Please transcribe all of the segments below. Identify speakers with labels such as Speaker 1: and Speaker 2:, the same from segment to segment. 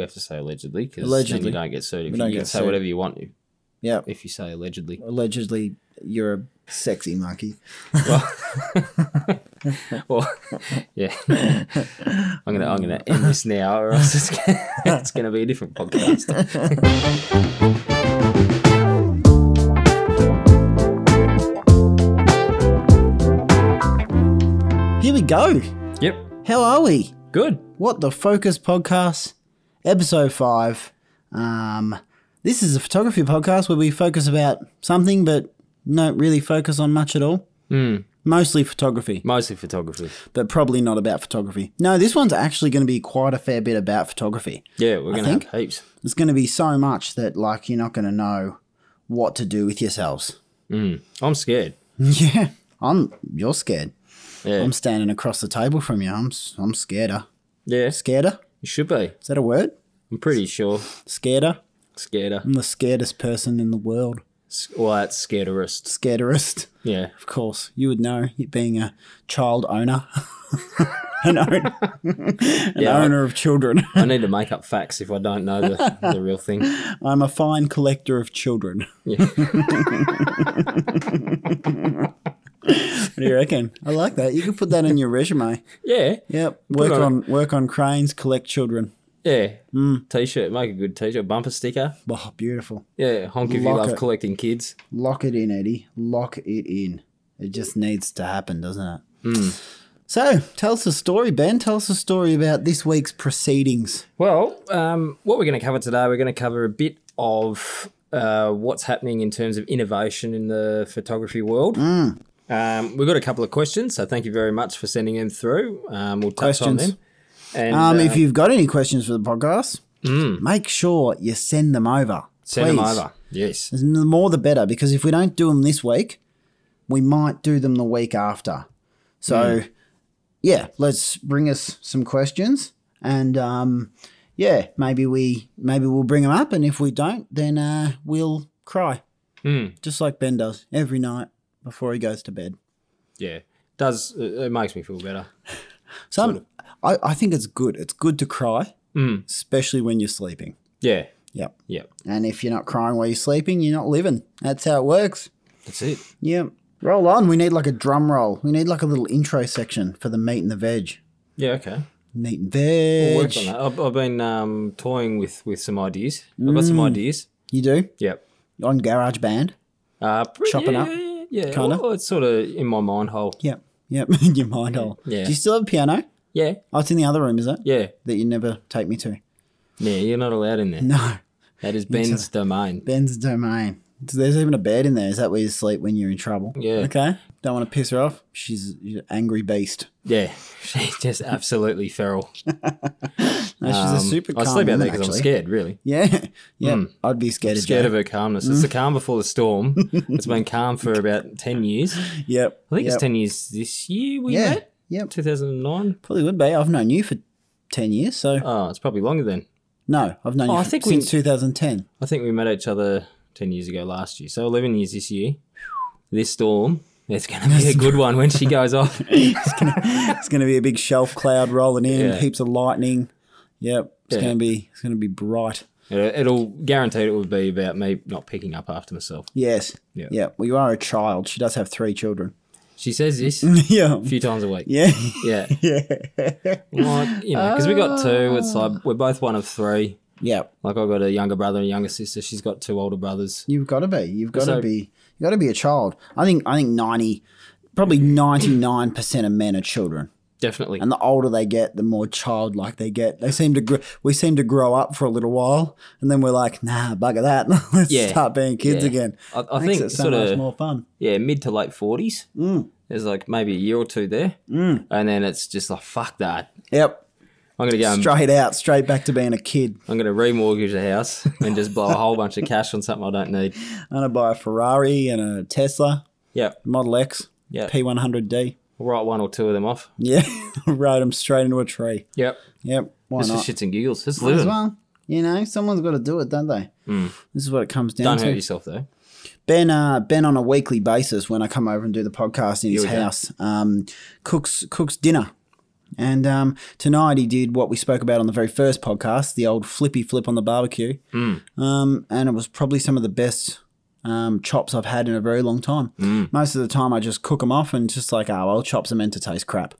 Speaker 1: have to say allegedly because then
Speaker 2: Allegedly.
Speaker 1: you don't get sued. If
Speaker 2: We
Speaker 1: you
Speaker 2: don't
Speaker 1: can
Speaker 2: get
Speaker 1: say
Speaker 2: sued.
Speaker 1: whatever you want to
Speaker 2: Yeah.
Speaker 1: if you say allegedly.
Speaker 2: Allegedly, you're a sexy monkey.
Speaker 1: well, well, yeah. I'm gonna I'm gonna end this now, or else it's gonna, it's gonna be a different podcast.
Speaker 2: Here we go.
Speaker 1: yep.
Speaker 2: How are we?
Speaker 1: Good.
Speaker 2: What the Focus podcast, episode five. Um, this is a photography podcast where we focus about something, but don't really focus on much at all. Mostly photography,
Speaker 1: Mostly photography.
Speaker 2: but probably not about photography. No, this one's actually going to be quite a fair bit about photography.
Speaker 1: Yeah, we're gonna
Speaker 2: think-
Speaker 1: have heaps.
Speaker 2: There's going to be so much that like you're not going to know what to do with yourselves.
Speaker 1: I'm scared.
Speaker 2: yeah, I'm. You're scared.
Speaker 1: Yeah.
Speaker 2: I'm standing across the table from you. I'm. s- I'm scareder.
Speaker 1: yeah.
Speaker 2: Scareder.
Speaker 1: You should be.
Speaker 2: Is that a word?
Speaker 1: I'm pretty sure.
Speaker 2: Scareder.
Speaker 1: Scared.
Speaker 2: I'm the scaredest person in the world.
Speaker 1: Well, that's scaredest.
Speaker 2: Scaredest,
Speaker 1: Yeah.
Speaker 2: of course. You would know you being a child owner, an, own, an
Speaker 1: Yeah.
Speaker 2: owner of children.
Speaker 1: I need to make up facts if I don't know the, the real thing.
Speaker 2: I'm a fine collector of children.
Speaker 1: Yeah.
Speaker 2: What do you reckon? I like that. You could put that in your resume.
Speaker 1: Yeah.
Speaker 2: Yep. Work
Speaker 1: on
Speaker 2: on work on cranes, collect children.
Speaker 1: Yeah. T-shirt. Make a good T-shirt. Bumper sticker.
Speaker 2: Oh, beautiful.
Speaker 1: Yeah. Honk if you
Speaker 2: Lock
Speaker 1: love
Speaker 2: it.
Speaker 1: collecting kids.
Speaker 2: Lock it in, Eddie. Lock it in. It just needs to happen, doesn't it?
Speaker 1: Hmm.
Speaker 2: So, tell us a story, Ben. Tell us a story about this week's proceedings.
Speaker 1: Well, um, what we're going to cover today, we're going to cover a bit of uh, what's happening in terms of innovation in the photography world.
Speaker 2: Mm.
Speaker 1: Um, we've got a couple of questions, so thank you very much for sending them through. Um, we'll touch on them.
Speaker 2: Questions.
Speaker 1: And
Speaker 2: Um,
Speaker 1: uh,
Speaker 2: if you've got any questions for the podcast, make sure you send them over.
Speaker 1: Hmm. send them
Speaker 2: please.
Speaker 1: over, yes,
Speaker 2: The more the better, because if we don't do them this week, we might do them the week after. So, yeah, let's bring us some questions, and um, yeah, maybe we maybe we'll bring them up, and if we don't, then uh, we'll cry, just like Ben does every night before he goes to bed.
Speaker 1: yeah, does uh, it it makes me feel better?
Speaker 2: Some, I, I think it's good. It's good to cry, especially when you're sleeping.
Speaker 1: Yeah,
Speaker 2: Yep.
Speaker 1: yeah,
Speaker 2: And if you're not crying while you're sleeping, you're not living. That's how it works.
Speaker 1: that's it.
Speaker 2: Yeah. Roll on. We need like a drum roll. We need like a little intro section for the meat and the veg.
Speaker 1: Yeah, okay.
Speaker 2: Meat
Speaker 1: We'll
Speaker 2: and veg.
Speaker 1: work on that. I've, I've been um, toying with with some ideas. I've got some
Speaker 2: Mm.
Speaker 1: ideas.
Speaker 2: you do?
Speaker 1: Yep.
Speaker 2: On GarageBand?
Speaker 1: Uh, pr-
Speaker 2: Chopping
Speaker 1: yeah,
Speaker 2: up,
Speaker 1: yeah, yeah.
Speaker 2: kinda?
Speaker 1: Well, it's sort of in my mind hole.
Speaker 2: Yep. Yep. in your mind hole.
Speaker 1: Yeah.
Speaker 2: Do you still have a piano?
Speaker 1: Yeah,
Speaker 2: Oh, it's in the other room, is it?
Speaker 1: yeah.
Speaker 2: That you never take me to.
Speaker 1: Yeah, you're not allowed in there.
Speaker 2: No.
Speaker 1: That is Ben's domain.
Speaker 2: Ben's domain. So There's even a bed in there. Is that where you sleep when you're in trouble?
Speaker 1: Yeah.
Speaker 2: Okay. Don't want to piss her off. She's an angry beast.
Speaker 1: Yeah, she's just absolutely feral.
Speaker 2: No, she's a
Speaker 1: Um,
Speaker 2: super calm
Speaker 1: I sleep out there
Speaker 2: woman,
Speaker 1: because I'm
Speaker 2: actually.
Speaker 1: scared, really.
Speaker 2: Yeah. Yeah. I'd be scared, of
Speaker 1: Scared
Speaker 2: Joe.
Speaker 1: of her calmness.
Speaker 2: Mm.
Speaker 1: It's the calm before the storm. it's been calm for about 10 years. I
Speaker 2: Yep.
Speaker 1: think
Speaker 2: yep.
Speaker 1: it's 10 years this year we
Speaker 2: Yeah.
Speaker 1: met,
Speaker 2: Yep.
Speaker 1: 2009.
Speaker 2: Probably would be. I've known you for 10 years, so
Speaker 1: Oh, it's probably longer then.
Speaker 2: no, I've known you
Speaker 1: Oh, I
Speaker 2: for-
Speaker 1: think we-
Speaker 2: since 2010.
Speaker 1: I think we met each other 10 years ago last year. So 11 years this year. This storm, it's going to be a good one when she goes off.
Speaker 2: It's going to be a big shelf cloud rolling in,
Speaker 1: Yeah.
Speaker 2: heaps of lightning. Yep. It's
Speaker 1: Yeah.
Speaker 2: going to be it's going to be bright.
Speaker 1: It- Uh, It'll guaranteed it will be about me not picking up after myself.
Speaker 2: Yes.
Speaker 1: Yeah.
Speaker 2: Yeah. Well, you are a child. She does have three children.
Speaker 1: She says this a
Speaker 2: yeah.
Speaker 1: few times a week.
Speaker 2: Yeah.
Speaker 1: Yeah.
Speaker 2: Yeah.
Speaker 1: Like, you know, because we got two. It's
Speaker 2: Oh.
Speaker 1: like we're both one of three.
Speaker 2: yeah.
Speaker 1: Like I've got a younger brother and a younger sister. She's got two older brothers.
Speaker 2: You've got to be. You've got to
Speaker 1: So-
Speaker 2: be. You've got to be a child. I think I think 90 probably 99% of men are children.
Speaker 1: Definitely.
Speaker 2: And the older they get, the more childlike they get. They seem to gr- we seem to grow up for a little while, and then we're like, nah, bugger that. Let's
Speaker 1: Yeah.
Speaker 2: start being kids
Speaker 1: Yeah.
Speaker 2: again.
Speaker 1: I, I
Speaker 2: Makes
Speaker 1: think
Speaker 2: it so
Speaker 1: sort
Speaker 2: much
Speaker 1: of
Speaker 2: more fun.
Speaker 1: yeah, mid to late forties. Mm. There's like maybe a year or two there, mm. and then it's just like fuck that.
Speaker 2: Yep.
Speaker 1: I'm gonna go. And,
Speaker 2: Um, Straight out, straight back to being a kid.
Speaker 1: I'm gonna remortgage the house and just blow a whole bunch of cash on something I don't need.
Speaker 2: I'm gonna buy a Ferrari and a Tesla,
Speaker 1: Yeah,
Speaker 2: Model X,
Speaker 1: yeah.
Speaker 2: P100D.
Speaker 1: I'll write one or two of them off.
Speaker 2: Yeah, ride them straight into a tree.
Speaker 1: Yep.
Speaker 2: Yep. Why
Speaker 1: Just for
Speaker 2: not?
Speaker 1: shits and giggles. It's
Speaker 2: As
Speaker 1: living.
Speaker 2: well, you know, someone's got to do it, don't they? This is what it comes down
Speaker 1: Hmm. Don't
Speaker 2: to.
Speaker 1: hurt yourself though.
Speaker 2: Ben, uh, Ben, on a weekly basis, when I come over and do the podcast in his
Speaker 1: we go.
Speaker 2: house, um, cooks cooks dinner, And um, tonight he did what we spoke about on the very first podcast, the old flippy flip on the barbecue.
Speaker 1: Mm.
Speaker 2: Um, and it was probably some of the best um, chops I've had in a very long time.
Speaker 1: Mm.
Speaker 2: Most of the time I just cook them off and just like, oh, well, chops are meant to taste crap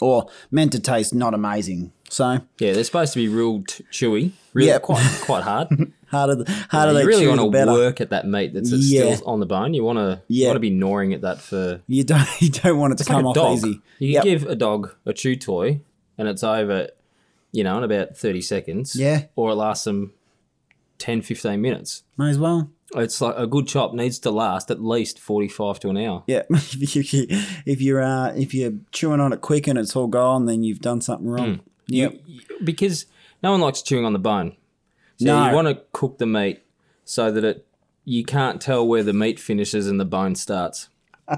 Speaker 2: or meant to taste not amazing. So
Speaker 1: Yeah, they're supposed to be real t- chewy. Really
Speaker 2: Yeah.
Speaker 1: quite quite hard.
Speaker 2: harder, th- harder they
Speaker 1: you really
Speaker 2: chew,
Speaker 1: want
Speaker 2: the
Speaker 1: to
Speaker 2: better.
Speaker 1: work at that meat that's that's
Speaker 2: Yeah.
Speaker 1: still on the bone. You want to
Speaker 2: Yeah.
Speaker 1: you want to be gnawing at that for
Speaker 2: You don't, you don't want it to
Speaker 1: like
Speaker 2: come
Speaker 1: a
Speaker 2: off
Speaker 1: dog.
Speaker 2: easy.
Speaker 1: You
Speaker 2: Yep.
Speaker 1: give a dog a chew toy and it's over, you know, in about 30 seconds.
Speaker 2: Yeah.
Speaker 1: Or it lasts them 10, 15 minutes.
Speaker 2: May as well.
Speaker 1: It's like a good chop needs to last at least 45 to an hour.
Speaker 2: Yeah, if, you, if you're uh, if you're chewing on it quick and it's all gone, then you've done something wrong. Yep.
Speaker 1: Mm. Because no one likes chewing on the bone. So
Speaker 2: No.
Speaker 1: you want to cook the meat so that it you can't tell where the meat finishes and the bone starts.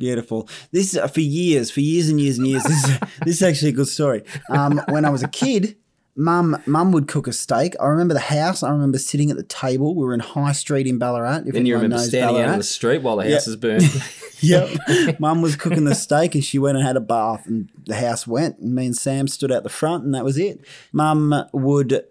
Speaker 2: Beautiful. This uh, for years, for years and years and years. This, this is actually a good story. Um, when I was a kid, mum mum would cook a steak. I remember the house. I remember sitting at the table. We were in High Street in Ballarat. If
Speaker 1: And you
Speaker 2: anyone
Speaker 1: remember
Speaker 2: knows
Speaker 1: standing out
Speaker 2: Ballarat.
Speaker 1: on the street while the house is burned.
Speaker 2: Yep. Mum was cooking the steak and she went and had a bath and the house went and me and Sam stood out the front and that was it. Mum would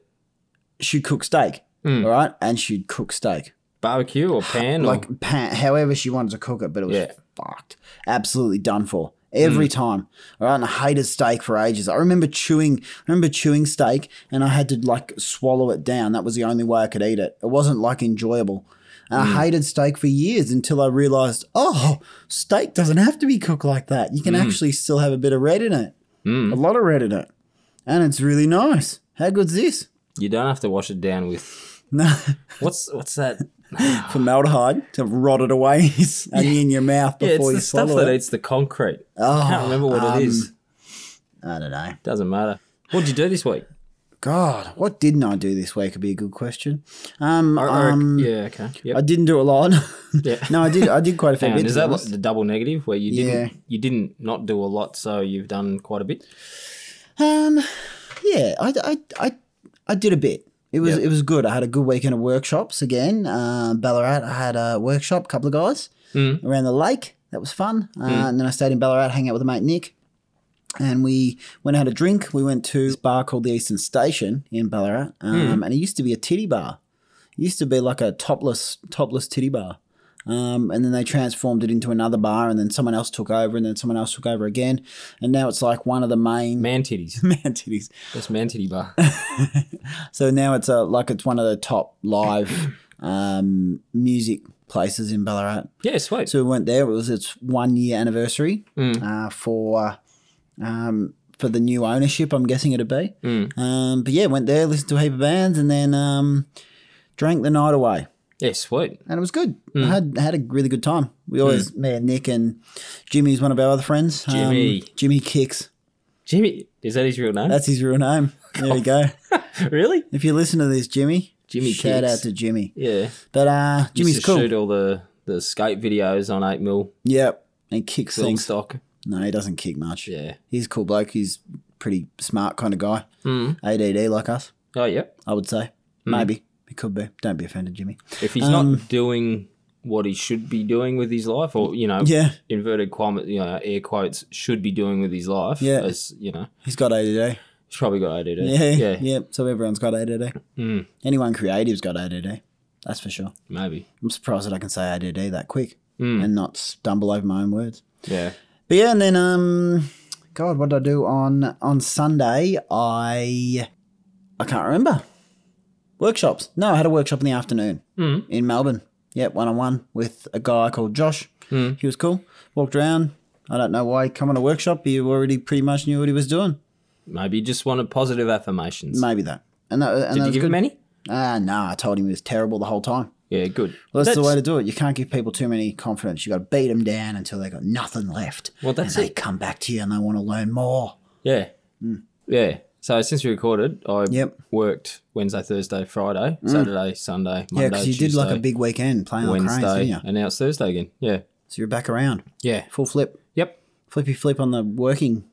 Speaker 2: she'd cook steak. All right. And she'd cook steak.
Speaker 1: Barbecue or pan or
Speaker 2: Like pan, however she wanted to cook it, but it was
Speaker 1: Yeah. Mm.
Speaker 2: fucked. Absolutely done for. Every time. All right. And I hated steak for ages. I remember chewing I remember chewing steak and I had to like swallow it down. That was the only way I could eat it. It wasn't like enjoyable. And
Speaker 1: Mm.
Speaker 2: I hated steak for years until I realized, oh, steak doesn't have to be cooked like that. You can
Speaker 1: Mm.
Speaker 2: actually still have a bit of red in it, a lot of red in it. And it's really nice. How good's this?
Speaker 1: you don't have to wash it down with
Speaker 2: No,
Speaker 1: what's what's that?
Speaker 2: formaldehyde to rot it away is only in your mouth
Speaker 1: Yeah, it's
Speaker 2: before you
Speaker 1: the stuff
Speaker 2: swallow
Speaker 1: that
Speaker 2: it.
Speaker 1: eats the concrete.
Speaker 2: Oh,
Speaker 1: I can't remember what
Speaker 2: um,
Speaker 1: it is.
Speaker 2: I don't know.
Speaker 1: Doesn't matter. What'd you do this week?
Speaker 2: God, what didn't I do this week? Would be a good question. Um,
Speaker 1: I- I rec-
Speaker 2: um,
Speaker 1: yeah, okay. Yep.
Speaker 2: I didn't do a lot.
Speaker 1: Yeah.
Speaker 2: no, I did. I did quite a fair
Speaker 1: Hang on,
Speaker 2: bit.
Speaker 1: is
Speaker 2: to be
Speaker 1: that
Speaker 2: honest.
Speaker 1: like the double negative where you didn't
Speaker 2: Yeah.
Speaker 1: you didn't not do a lot, so you've done quite a bit?
Speaker 2: Um, yeah, I, I, I, I did a bit. It was
Speaker 1: Yeah.
Speaker 2: it was good. I had a good weekend of workshops again. Uh, Ballarat, I had a workshop, couple of guys
Speaker 1: Mm.
Speaker 2: around the lake. That was fun. Uh, And then I stayed in Ballarat, hang out with a mate Nick, and we went and had a drink. We went to this bar called the Eastern Station in Ballarat, um,
Speaker 1: Mm.
Speaker 2: and it used to be a titty bar. It used to be like a topless topless titty bar. Um, and then they transformed it into another bar, and then someone else took over, and then someone else took over again, and now it's like one of the main
Speaker 1: Man titties.
Speaker 2: man titties.
Speaker 1: That's man titty bar.
Speaker 2: So now it's a like it's one of the top live um, music places in Ballarat.
Speaker 1: Yeah, sweet.
Speaker 2: So we went there. It was its one year anniversary uh, for um, for the new ownership. I'm guessing it'd be. Um, but yeah, went there, listened to a heap of bands, and then um, drank the night away
Speaker 1: yeah, sweet.
Speaker 2: and it was good. I had had a really good time. We always me and Nick and Jimmy's one of our other friends. Um,
Speaker 1: Jimmy.
Speaker 2: Jimmy Kicks.
Speaker 1: Jimmy is that his real name?
Speaker 2: That's his real name. There we go.
Speaker 1: really?
Speaker 2: If you listen to this, Jimmy.
Speaker 1: Jimmy
Speaker 2: Shout
Speaker 1: Kicks.
Speaker 2: out to Jimmy.
Speaker 1: Yeah.
Speaker 2: But uh,
Speaker 1: Jimmy's
Speaker 2: Jimmy's
Speaker 1: used to
Speaker 2: cool.
Speaker 1: shoot all the, the skate videos on eight mil
Speaker 2: Yep. And kicks
Speaker 1: long
Speaker 2: things.
Speaker 1: stock.
Speaker 2: No, he doesn't kick much.
Speaker 1: Yeah.
Speaker 2: He's a cool bloke. He's pretty smart kind of guy.
Speaker 1: Mm.
Speaker 2: ADD like us,
Speaker 1: Oh yep.
Speaker 2: I would say.
Speaker 1: Hmm.
Speaker 2: Maybe. He could be. Don't be offended, Jimmy.
Speaker 1: If he's
Speaker 2: Um,
Speaker 1: not doing what he should be doing with his life, or you know,
Speaker 2: Yeah.
Speaker 1: inverted quote, you know, air quotes, should be doing with his life.
Speaker 2: Yeah.
Speaker 1: as you know,
Speaker 2: He's got ADD.
Speaker 1: he's probably got ADD.
Speaker 2: Yeah. Yeah.
Speaker 1: yeah,
Speaker 2: So everyone's got ADD.
Speaker 1: Mm.
Speaker 2: Anyone creative's got ADD. That's for sure.
Speaker 1: maybe.
Speaker 2: I'm surprised that I can say ADD that quick
Speaker 1: Mm.
Speaker 2: and not stumble over my own words.
Speaker 1: Yeah,
Speaker 2: But yeah, and then um, God, what did I do on on Sunday? I I can't remember. Workshops. No, I had a workshop in the afternoon
Speaker 1: Mm.
Speaker 2: in Melbourne. Yep, one on one with a guy called Josh.
Speaker 1: Mm.
Speaker 2: He was cool. Walked around. I don't know why he come on a workshop. He already pretty much knew what he was doing.
Speaker 1: maybe he just wanted positive affirmations.
Speaker 2: Maybe that. And that, and that
Speaker 1: Did you
Speaker 2: was
Speaker 1: give
Speaker 2: good.
Speaker 1: him any?
Speaker 2: Ah, nah. I told him he was terrible the whole time.
Speaker 1: Yeah, good.
Speaker 2: Well, that's, the way to do it. You can't give people too many confidence. You got to beat them down until they got nothing left.
Speaker 1: Well, that's
Speaker 2: and they
Speaker 1: it.
Speaker 2: come back to you and they want to learn more.
Speaker 1: Yeah, yeah. So since we recorded, I
Speaker 2: Mm. Yep. Mm.
Speaker 1: worked Wednesday, Thursday, Friday, Saturday, Sunday, Monday,
Speaker 2: Yeah, because you did like a
Speaker 1: Tuesday,
Speaker 2: big weekend playing on cranes,
Speaker 1: Wednesday,
Speaker 2: didn't you?
Speaker 1: and now it's Thursday again. Yeah,
Speaker 2: So you're back around,
Speaker 1: yeah,
Speaker 2: full flip,
Speaker 1: yep.
Speaker 2: flippy flip on the working.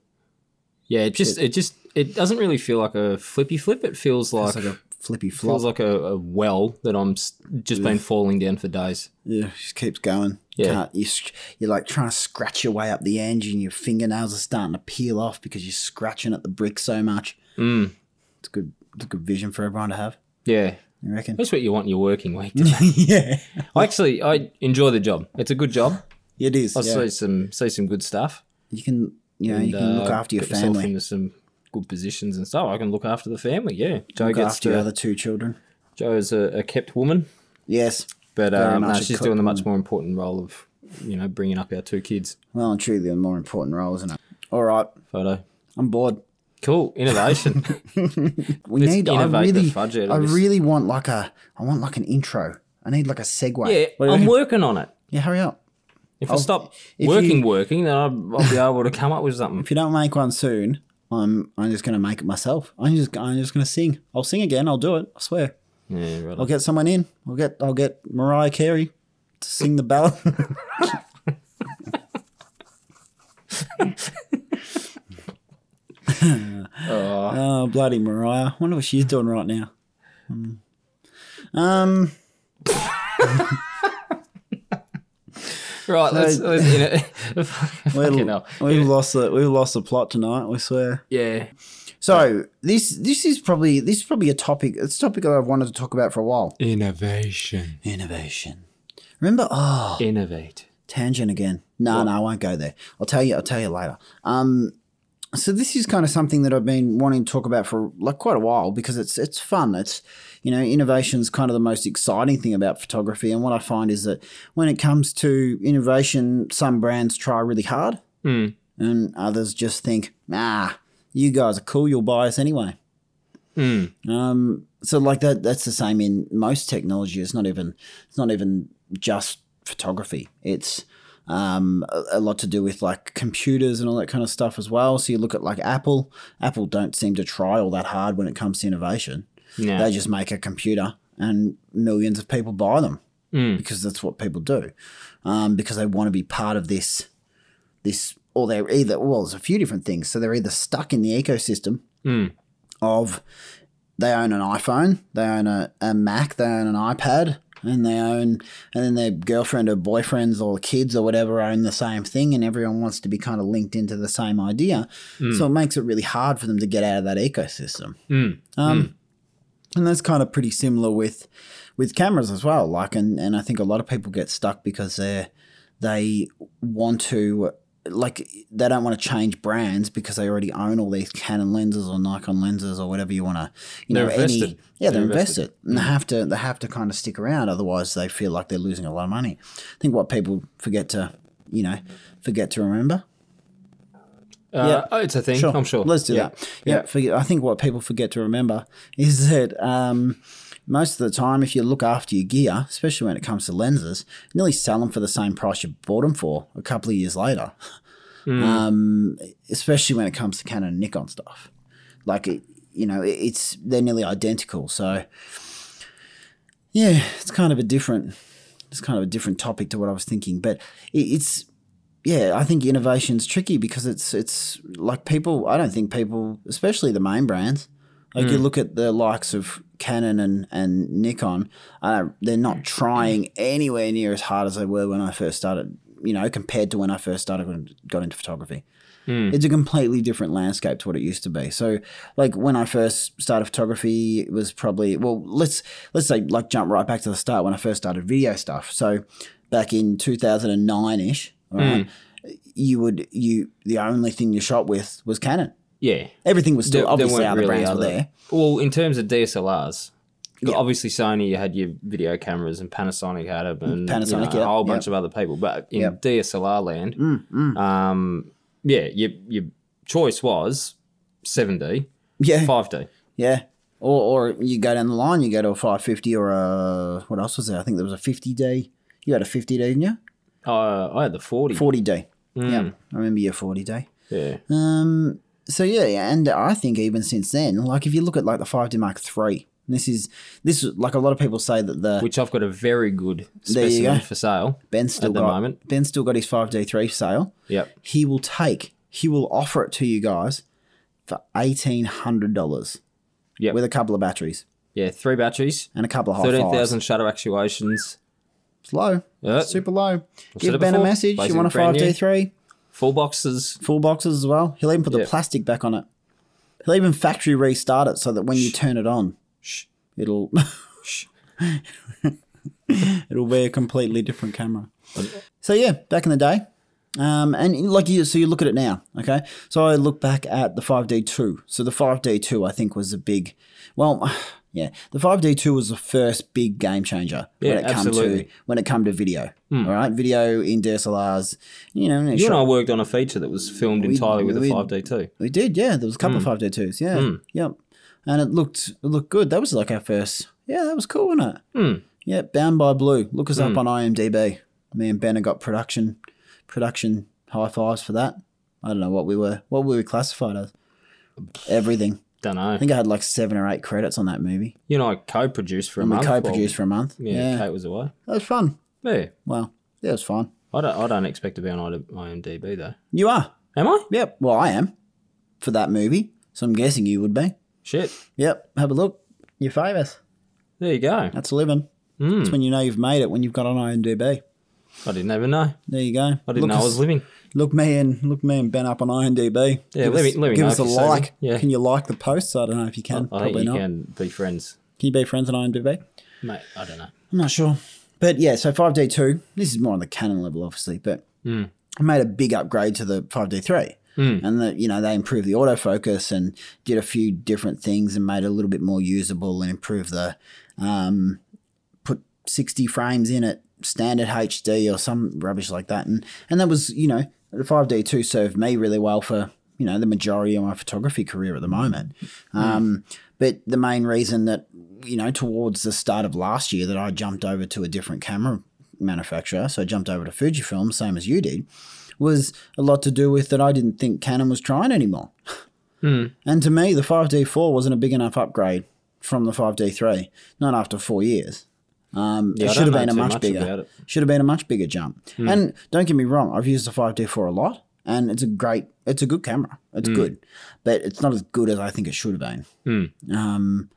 Speaker 1: Yeah, it just it just it doesn't really feel like a flippy flip. It feels like,
Speaker 2: It's like a flippy flop.
Speaker 1: Feels like a, a well that I'm s- just been falling down for days.
Speaker 2: yeah, just keeps going.
Speaker 1: Yeah.
Speaker 2: Can't, you, sc- you're like trying to scratch your way up the edge, and your fingernails are starting to peel off because you're scratching at the brick so much.
Speaker 1: Mm.
Speaker 2: It's good. It's a good vision for everyone to have.
Speaker 1: Yeah,
Speaker 2: You reckon?
Speaker 1: that's what you want in your working week.
Speaker 2: yeah,
Speaker 1: I actually I enjoy the job. It's a good job.
Speaker 2: it is.
Speaker 1: I
Speaker 2: yeah.
Speaker 1: see some see some good stuff.
Speaker 2: You can, you know, you
Speaker 1: and,
Speaker 2: can look
Speaker 1: uh,
Speaker 2: after your
Speaker 1: get yourself
Speaker 2: family,
Speaker 1: into some good positions and stuff. I can look after the family. Yeah, Joe
Speaker 2: look
Speaker 1: gets
Speaker 2: after your
Speaker 1: to,
Speaker 2: other two children.
Speaker 1: Joe's a, a kept woman,
Speaker 2: Yes.
Speaker 1: but
Speaker 2: Very
Speaker 1: um, no,
Speaker 2: much a
Speaker 1: she's
Speaker 2: cooked
Speaker 1: doing the much more important role of you know bringing up our two kids.
Speaker 2: Well and truly, the more important role, isn't it? All right,
Speaker 1: Photo.
Speaker 2: I'm bored.
Speaker 1: Cool innovation.
Speaker 2: We
Speaker 1: Let's
Speaker 2: need. I
Speaker 1: innovate the
Speaker 2: really,
Speaker 1: fudge out of
Speaker 2: I
Speaker 1: this.
Speaker 2: really want like a. I want like an intro. I need like a segue.
Speaker 1: yeah,
Speaker 2: What do you
Speaker 1: I'm
Speaker 2: reckon?
Speaker 1: working on it.
Speaker 2: yeah. Hurry up.
Speaker 1: If i stop
Speaker 2: if
Speaker 1: working,
Speaker 2: you-
Speaker 1: working, then I'll, I'll be able to come up with something.
Speaker 2: If you don't make one soon, I'm. I'm just gonna make it myself. I'm just. I'm just gonna sing. I'll sing again. I'll do it. I swear.
Speaker 1: Yeah, right.
Speaker 2: I'll get someone in. I'll get. I'll get Mariah Carey to sing the ballad.
Speaker 1: Oh,
Speaker 2: oh, bloody Mariah! wonder what she's doing right now. Hmm. Um.
Speaker 1: right, let's,
Speaker 2: So-
Speaker 1: let's in it. Fucking
Speaker 2: We've,
Speaker 1: hell.
Speaker 2: we've lost the we've lost the plot tonight. We swear.
Speaker 1: Yeah.
Speaker 2: So this this is probably this is probably a topic. It's a topic that I've wanted to talk about for a while.
Speaker 1: Innovation.
Speaker 2: Innovation. Remember? Oh,
Speaker 1: Innovate.
Speaker 2: tangent again. No, no, I won't go there. I'll tell you. I'll tell you later. Um, so this is kind of something that I've been wanting to talk about for like quite a while because it's it's fun. It's you know innovation's kind of the most exciting thing about photography. And what I find is that when it comes to innovation, some brands try really hard,
Speaker 1: Mm.
Speaker 2: and others just think, ah, you guys are cool. You'll buy us anyway.
Speaker 1: Mm.
Speaker 2: Um, so like that that's the same in most technology. It's not even it's not even just photography. It's um, a, a lot to do with like computers and all that kind of stuff as well. So you look at like Apple. Apple don't seem to try all that hard when it comes to innovation.
Speaker 1: No.
Speaker 2: They just make a computer and millions of people buy them
Speaker 1: Mm.
Speaker 2: because that's what people do. Um, because they want to be part of this this or they're either well, there's a few different things. So they're either stuck in the ecosystem
Speaker 1: Mm.
Speaker 2: of they own an iPhone, they own a, a Mac, they own an iPad, and they own and then their girlfriend or boyfriends or kids or whatever own the same thing and everyone wants to be kind of linked into the same idea. So it makes it really hard for them to get out of that ecosystem.
Speaker 1: Mm.
Speaker 2: Um, And that's kind of pretty similar with with cameras as well. Like, and, and I think a lot of people get stuck because they they want to like they don't want to change brands because they already own all these Canon lenses or Nikon lenses or whatever you want to. You
Speaker 1: They're
Speaker 2: know,
Speaker 1: invested.
Speaker 2: any yeah, they're,
Speaker 1: They're
Speaker 2: invested. and they have to they have to kind of stick around. Otherwise, they feel like they're losing a lot of money. I think what people forget to you know forget to remember
Speaker 1: Uh, oh, it's a thing. I'm sure.
Speaker 2: Let's do
Speaker 1: Yeah.
Speaker 2: that. Yeah. forget- I think what people forget to remember is that um, most of the time, if you look after your gear, especially when it comes to lenses, you nearly sell them for the same price you bought them for a couple of years later.
Speaker 1: Mm.
Speaker 2: Um, especially when it comes to Canon and Nikon stuff, like it, you know, it, it's they're nearly identical. So yeah, it's kind of a different, it's kind of a different topic to what I was thinking, but it, it's yeah, I think innovation's tricky because it's it's like people. I don't think people, especially the main brands, like you look at the likes of Canon and and Nikon, uh, they're not trying anywhere near as hard as they were when I first started. You know, compared to when I first started when got into photography, it's a completely different landscape to what it used to be. So, like when I first started photography, it was probably well, let's let's say like jump right back to the start when I first started video stuff. So, back in two thousand and nine ish, right? you would you the only thing you shot with was Canon.
Speaker 1: Yeah.
Speaker 2: Everything was still
Speaker 1: There- there
Speaker 2: obviously
Speaker 1: weren't
Speaker 2: other
Speaker 1: really
Speaker 2: brands were
Speaker 1: other-
Speaker 2: there.
Speaker 1: Well, in terms of DSLRs,
Speaker 2: Yeah.
Speaker 1: obviously Sony, you had your video cameras, and Panasonic had them, and
Speaker 2: Panasonic,
Speaker 1: you know,
Speaker 2: yeah,
Speaker 1: a whole
Speaker 2: yeah.
Speaker 1: bunch of other people. But in
Speaker 2: Yeah. Mm,
Speaker 1: DSLR land, um, yeah, your your choice was 7D,
Speaker 2: Yeah,
Speaker 1: 5D.
Speaker 2: yeah. Or or you go down the line, you go to a five fifty or a what else was there? I think there was a fifty D. You had a fifty D, didn't you?
Speaker 1: Uh, I had the 40.
Speaker 2: Forty D. Yeah,
Speaker 1: Mm,
Speaker 2: I remember your forty D.
Speaker 1: yeah.
Speaker 2: Um. So yeah, yeah, and I think even since then, like if you look at like the five D Mark three, this is this is- like a lot of people say that the
Speaker 1: Which I've got a very good
Speaker 2: There you
Speaker 1: specimen
Speaker 2: go.
Speaker 1: for sale.
Speaker 2: Ben's still
Speaker 1: at the
Speaker 2: got
Speaker 1: moment.
Speaker 2: Ben's still got his five D three sale.
Speaker 1: Yep.
Speaker 2: he will take, he will offer it to you guys for eighteen hundred dollars.
Speaker 1: Yep.
Speaker 2: With a couple of batteries.
Speaker 1: Yeah, three batteries,
Speaker 2: and a couple of high
Speaker 1: thirteen
Speaker 2: fives.
Speaker 1: thousand shutter actuations,
Speaker 2: It's low.
Speaker 1: Yeah.
Speaker 2: Super low. Give
Speaker 1: it
Speaker 2: Ben a
Speaker 1: before,
Speaker 2: message. You
Speaker 1: basically
Speaker 2: want a
Speaker 1: brand new.
Speaker 2: 5D3?
Speaker 1: full boxes.
Speaker 2: Full boxes as well. He'll even put the
Speaker 1: Yeah.
Speaker 2: plastic back on it. He'll even factory restart it so that when you turn it on,
Speaker 1: Shh.
Speaker 2: it'll
Speaker 1: Shh.
Speaker 2: it'll be a completely different camera. So yeah, back in the day, um, and like you, so you look at it now, okay? So I look back at the five D two. So the five D two, I think, was a big, well, yeah, the five D two was the first big game changer
Speaker 1: Yeah,
Speaker 2: when it come to
Speaker 1: absolutely. Hmm.
Speaker 2: when it come to video. All right, video in DSLRs, you know,
Speaker 1: You
Speaker 2: shot-
Speaker 1: and I worked on a feature that was filmed entirely with
Speaker 2: we-
Speaker 1: a five D two.
Speaker 2: we did, yeah. There was a
Speaker 1: Hmm.
Speaker 2: couple of 5D2s, yeah. Yep. And it looked it looked good. That was like our first. Yeah, that was cool, wasn't it?
Speaker 1: Mm.
Speaker 2: Yeah, Bound by Blue. Look us up
Speaker 1: Hmm.
Speaker 2: on IMDb. Me and Ben have got production production high fives for that. I don't know what we were what we were classified as. Everything.
Speaker 1: Don't
Speaker 2: I
Speaker 1: know.
Speaker 2: think I had like seven or eight credits on that movie.
Speaker 1: You and I co-produced for a
Speaker 2: And we
Speaker 1: month. while-
Speaker 2: co-produced for a month. Yeah,
Speaker 1: yeah, Kate was away.
Speaker 2: that was fun.
Speaker 1: Yeah,
Speaker 2: Well, yeah, it was fun.
Speaker 1: I don't. I don't expect to be on IMDb though.
Speaker 2: You are.
Speaker 1: Am I?
Speaker 2: Yep. Well, I am for that movie, so I'm guessing you would be.
Speaker 1: Shit.
Speaker 2: Yep. Have a look. You're famous.
Speaker 1: There you go.
Speaker 2: That's living. That's
Speaker 1: Mm.
Speaker 2: when you know you've made it when you've got on IMDb.
Speaker 1: I didn't even know.
Speaker 2: There you go. I
Speaker 1: I didn't
Speaker 2: look
Speaker 1: know I was
Speaker 2: Us,
Speaker 1: living.
Speaker 2: look me and look me and Ben up on IMDb.
Speaker 1: Yeah,
Speaker 2: give
Speaker 1: let
Speaker 2: us,
Speaker 1: me- let me
Speaker 2: give
Speaker 1: know
Speaker 2: us a
Speaker 1: if you see me.
Speaker 2: like.
Speaker 1: Yeah.
Speaker 2: Can you like the posts? I don't know if you can.
Speaker 1: I think
Speaker 2: Probably
Speaker 1: you
Speaker 2: not. Can.
Speaker 1: can be friends,
Speaker 2: you be friends on IMDb?
Speaker 1: mate. I don't know.
Speaker 2: I'm not sure. But yeah, so 5D2. This is more on the Canon level, obviously, but
Speaker 1: Mm.
Speaker 2: I made a big upgrade to the 5D3.
Speaker 1: Mm.
Speaker 2: And that you know they improved the autofocus and did a few different things and made it a little bit more usable and improved the um, put 60 frames in at standard HD or some rubbish like that. And and that was, you know, the 5D2 served me really well for, you know, the majority of my photography career at the moment.
Speaker 1: Mm.
Speaker 2: Um, but the main reason that, you know, towards the start of last year that I jumped over to a different camera manufacturer, so I jumped over to Fujifilm, same as you did, was a lot to do with that I didn't think Canon was trying anymore.
Speaker 1: Mm.
Speaker 2: And to me, the 5D4 wasn't a big enough upgrade from the 5D3, not after four years. Um,
Speaker 1: I
Speaker 2: it should have
Speaker 1: don't know
Speaker 2: been a
Speaker 1: too
Speaker 2: much,
Speaker 1: much about
Speaker 2: bigger.
Speaker 1: it.
Speaker 2: Should have been a much bigger jump.
Speaker 1: Hmm.
Speaker 2: And don't get me wrong, I've used the 5D4 a lot, and it's a great, it's a good camera.
Speaker 1: Hmm.
Speaker 2: It's good, but it's not as good as I think it should have been.
Speaker 1: Hmm.
Speaker 2: Um,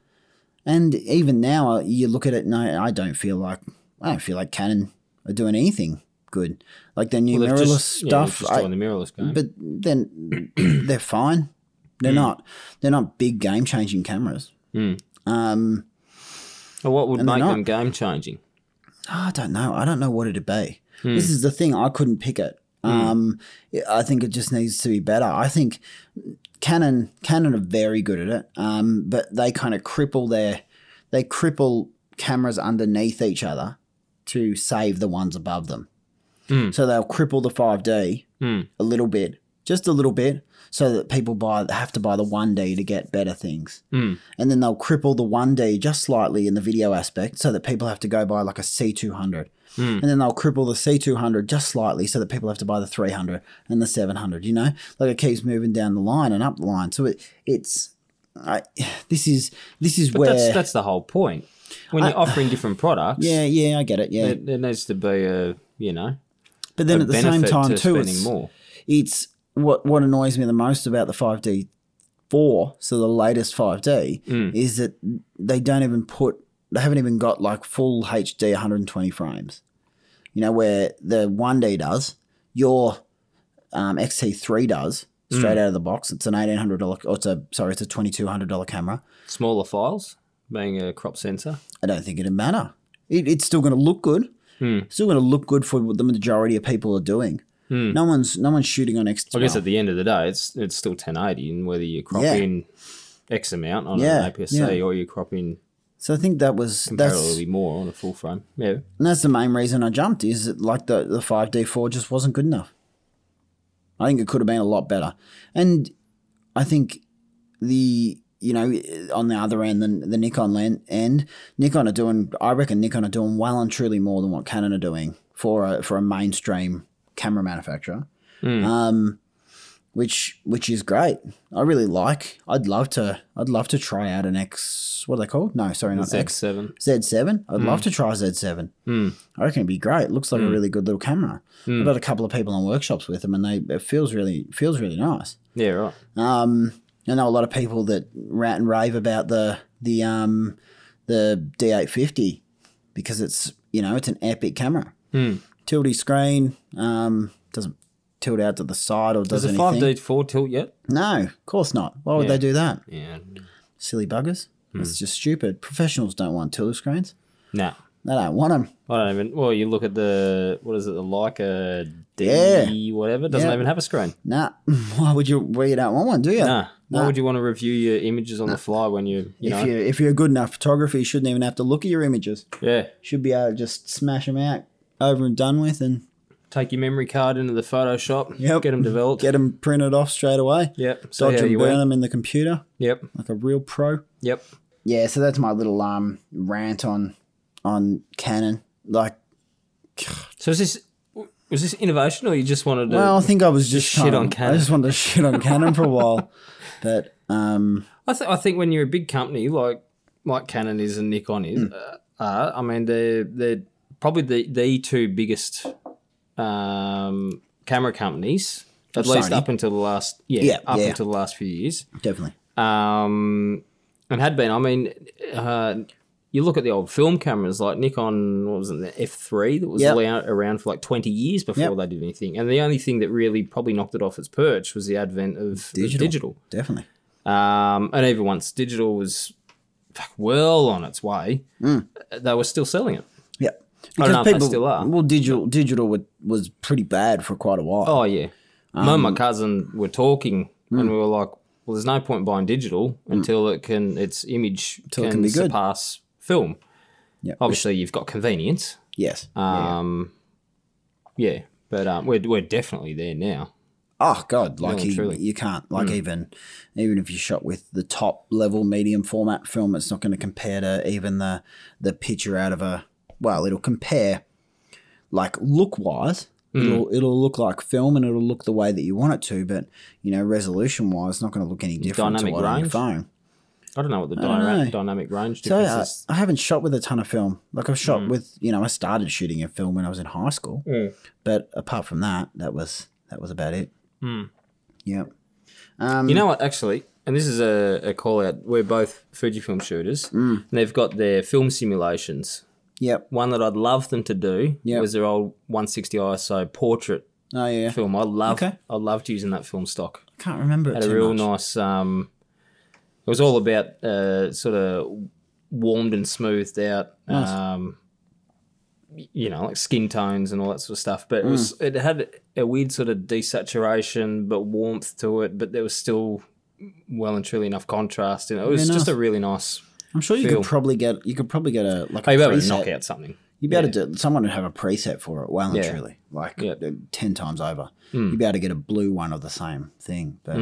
Speaker 2: and even now, uh, you look at it, and I, I don't feel like I don't feel like Canon are doing anything good. Like their new
Speaker 1: They've
Speaker 2: mirrorless
Speaker 1: just- yeah, they've
Speaker 2: stuff,
Speaker 1: just
Speaker 2: I-
Speaker 1: joined the mirrorless game.
Speaker 2: but then they're fine.
Speaker 1: Hmm.
Speaker 2: They're not. They're not big game changing cameras. Um,
Speaker 1: Well, what would
Speaker 2: they're
Speaker 1: make them
Speaker 2: not.
Speaker 1: game changing? Hmm,
Speaker 2: I don't know. I don't know what it'd be. This is the thing. I couldn't pick it. Um, I think it just needs to be better. I think Canon Canon are very good at it, um, but they kind of cripple their they cripple cameras underneath each other to save the ones above them.
Speaker 1: Mm.
Speaker 2: So they'll cripple the five D
Speaker 1: Mm.
Speaker 2: a little bit, just a little bit, so that people buy have to buy the one D to get better things.
Speaker 1: Mm.
Speaker 2: And then they'll cripple the one D just slightly in the video aspect, so that people have to go buy like a C two hundred.
Speaker 1: hmm.
Speaker 2: And then they'll cripple the C two hundred just slightly, so that people have to buy the three hundred and the seven hundred. You know, like it keeps moving down the line and up the line. So it it's. I, this is this is
Speaker 1: But
Speaker 2: where
Speaker 1: that's that's the whole point. When you're offering different products,
Speaker 2: yeah yeah I get it yeah
Speaker 1: there, there needs to be a you know
Speaker 2: but then
Speaker 1: a
Speaker 2: at the same
Speaker 1: benefit
Speaker 2: time
Speaker 1: to
Speaker 2: too
Speaker 1: spending
Speaker 2: it's,
Speaker 1: more.
Speaker 2: it's what what annoys me the most about the 5D4, so the latest 5D, is that they don't even put they haven't even got like full HD 120 frames. You know where the 1D does, your um, XT3 does straight out of the box. It's an $1800 or it's a sorry, it's a $2200 camera.
Speaker 1: Smaller files, being a crop sensor.
Speaker 2: I don't think it'd matter. It, it's still going to look good. It's still going to look good for what the majority of people are doing. No one's no one's shooting on XT.
Speaker 1: I guess at the end of the day, it's it's still 1080, and whether you crop
Speaker 2: Yeah.
Speaker 1: in X amount on
Speaker 2: Yeah,
Speaker 1: an APS-C or you crop in
Speaker 2: So I think that was that's
Speaker 1: comparatively more on a full frame. Yeah,
Speaker 2: and that's the main reason I jumped is that, like the the five D four just wasn't good enough. I think it could have been a lot better, and I think the you know on the other end the, the Nikon len- end Nikon are doing I reckon Nikon are doing well and truly more than what Canon are doing for a for a mainstream camera manufacturer. Um, which which is great. I really like. I'd love to. I'd love to try out an X. What are they called? No, sorry, not X.
Speaker 1: X7.
Speaker 2: Z7. I'd
Speaker 1: Hmm.
Speaker 2: love to try Z7. I reckon it'd be great. It looks like a really good little camera.
Speaker 1: Hmm.
Speaker 2: I've got a couple of people on workshops with them, and they it feels really feels really nice.
Speaker 1: Yeah, right.
Speaker 2: Um, I know a lot of people that rant and rave about the the um, the D850 because it's you know it's an epic camera.
Speaker 1: Hmm.
Speaker 2: Tilty screen um, doesn't tilt out to the side or does,
Speaker 1: Is the
Speaker 2: anything.
Speaker 1: five D four tilt yet?
Speaker 2: No, of course not. Why
Speaker 1: Yeah.
Speaker 2: would
Speaker 1: Hmm.
Speaker 2: they do that?
Speaker 1: Yeah.
Speaker 2: Silly buggers. It's just stupid. Professionals don't want tilty screens.
Speaker 1: No.
Speaker 2: They don't want them.
Speaker 1: I don't even. Well, you look at the what is it? The Leica D
Speaker 2: Yeah.
Speaker 1: whatever doesn't
Speaker 2: Yeah.
Speaker 1: even have a screen.
Speaker 2: Nah. Why would you? Well, you don't want one, do you?
Speaker 1: Nah. Why
Speaker 2: Nah.
Speaker 1: would you want to review your images on the fly when you you
Speaker 2: if
Speaker 1: know?
Speaker 2: you if you're good enough photographer, you shouldn't even have to look at your images.
Speaker 1: yeah.
Speaker 2: Should be able to just smash them out, over and done with, and
Speaker 1: Take your memory card into the Photoshop.
Speaker 2: Yep.
Speaker 1: Get them developed.
Speaker 2: get them printed off straight away.
Speaker 1: yep. See
Speaker 2: Dodge
Speaker 1: how
Speaker 2: and
Speaker 1: you
Speaker 2: burn
Speaker 1: went.
Speaker 2: them in the computer
Speaker 1: Yep.
Speaker 2: like a real pro.
Speaker 1: Yep.
Speaker 2: yeah, so that's my little um rant on on Canon. Like,
Speaker 1: So is this was this innovation or you just wanted to?
Speaker 2: well, I think I was just,
Speaker 1: shit
Speaker 2: kinda-
Speaker 1: on Canon.
Speaker 2: I just wanted to shit on Canon for a while, but um,
Speaker 1: I, th- I think when you're a big company like like Canon is and Nikon is,
Speaker 2: Hmm.
Speaker 1: uh, are, I mean they're they're probably the the two biggest um, camera companies at
Speaker 2: Sony.
Speaker 1: least up until the last yeah,
Speaker 2: Yeah,
Speaker 1: up
Speaker 2: yeah.
Speaker 1: until the last few years
Speaker 2: definitely,
Speaker 1: um, and had been. I mean, uh, you look at the old film cameras like Nikon, what was it, the F3 that was
Speaker 2: Yep.
Speaker 1: alou- around for like 20 years before
Speaker 2: Yep.
Speaker 1: they did anything. And the only thing that really probably knocked it off its perch was the advent of of
Speaker 2: Digital.
Speaker 1: digital.
Speaker 2: definitely.
Speaker 1: Um, and even once digital was fuck, well on its way,
Speaker 2: Mm.
Speaker 1: they were still selling it.
Speaker 2: Yeah,
Speaker 1: I don't know if they still are.
Speaker 2: Well, digital digital was, was pretty bad for quite a while.
Speaker 1: Oh yeah. Me
Speaker 2: Um,
Speaker 1: and my cousin were talking, and we were like, "Well, there's no point buying digital until it can its image
Speaker 2: it
Speaker 1: can,
Speaker 2: can be good.
Speaker 1: surpass film."
Speaker 2: Yeah.
Speaker 1: Obviously, you've got convenience.
Speaker 2: Yes.
Speaker 1: Um, yeah. but um, we're we're definitely there now.
Speaker 2: oh God, like you,
Speaker 1: truly. Hmm.
Speaker 2: you can't like even even if you shot with the top level medium format film, it's not going to compare to even the the picture out of a well, it'll compare like look wise.
Speaker 1: Hmm.
Speaker 2: It'll, it'll look like film and it'll look the way that you want it to, but you know, resolution wise, it's not going to look any different
Speaker 1: Dynamic
Speaker 2: to what on your
Speaker 1: range.
Speaker 2: phone.
Speaker 1: I don't know what the
Speaker 2: don't
Speaker 1: dyna-
Speaker 2: know.
Speaker 1: dynamic range
Speaker 2: So uh,
Speaker 1: difference
Speaker 2: yeah,
Speaker 1: is.
Speaker 2: I, I haven't shot with a ton of film. Like I've
Speaker 1: Hmm.
Speaker 2: shot with, you know, I started shooting a film when I was in high school, but apart from that, that was that was about it.
Speaker 1: Hmm.
Speaker 2: Yep. Um,
Speaker 1: You know what? Actually, and this is a, a call out. We're both Fujifilm shooters,
Speaker 2: Mm.
Speaker 1: and they've got their film simulations.
Speaker 2: Yep.
Speaker 1: One that I'd love them to do
Speaker 2: Yeah.
Speaker 1: was their old 160 ISO portrait
Speaker 2: Oh yeah.
Speaker 1: film. I loved
Speaker 2: Okay.
Speaker 1: I loved using that film stock.
Speaker 2: Can't remember it
Speaker 1: Had
Speaker 2: too
Speaker 1: a real
Speaker 2: much.
Speaker 1: nice. Um, it was all about uh, sort of warmed and smoothed out. Um, y- you know, like skin tones and all that sort of stuff. But it
Speaker 2: Mm.
Speaker 1: was it had a weird sort of desaturation, but warmth to it. But there was still well and truly enough contrast, and it was just a really nice.
Speaker 2: I'm sure you
Speaker 1: feel.
Speaker 2: could probably get you could probably get a like a
Speaker 1: Oh, you better
Speaker 2: preset.
Speaker 1: knock out something.
Speaker 2: You'd be able to do, someone would have a preset for it. Well and
Speaker 1: Yeah.
Speaker 2: truly, like
Speaker 1: Yeah. Hmm.
Speaker 2: uh, ten times over, you'd be able to get a blue one of the same thing. But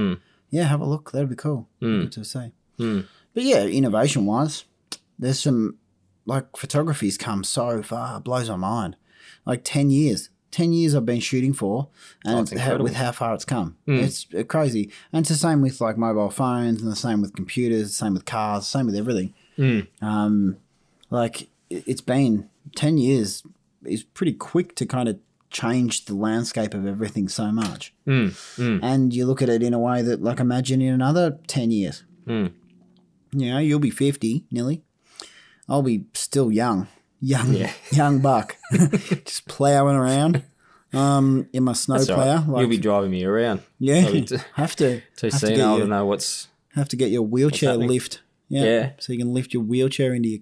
Speaker 2: yeah, have a look. That'd be cool.
Speaker 1: Hmm.
Speaker 2: Good to see. But yeah, innovation wise, there's some like photography's come so far. It blows my mind. Like ten years. 10 years I've been shooting for and
Speaker 1: Oh, it's
Speaker 2: it's ha-
Speaker 1: incredible. Hmm.
Speaker 2: with how far it's come. It's uh, crazy. And it's the same with like mobile phones and the same with computers, same with cars, same with everything
Speaker 1: Hmm.
Speaker 2: Um, like it- it's been 10 years is pretty quick to kind of change the landscape of everything so much
Speaker 1: Hmm.
Speaker 2: Oh, and you look at it in a way that like imagine in another 10 years
Speaker 1: Hmm.
Speaker 2: you know you'll be 50 nearly i'll be still young young young buck just plowing around um in my snow
Speaker 1: It's all right.
Speaker 2: plow like,
Speaker 1: You'll be driving me around.
Speaker 2: yeah
Speaker 1: be t-
Speaker 2: have to
Speaker 1: Too
Speaker 2: have to, get
Speaker 1: soon. I don't
Speaker 2: your,
Speaker 1: know what's.
Speaker 2: have to get your wheelchair
Speaker 1: happening?
Speaker 2: lift
Speaker 1: Yeah.
Speaker 2: so you can lift your wheelchair into your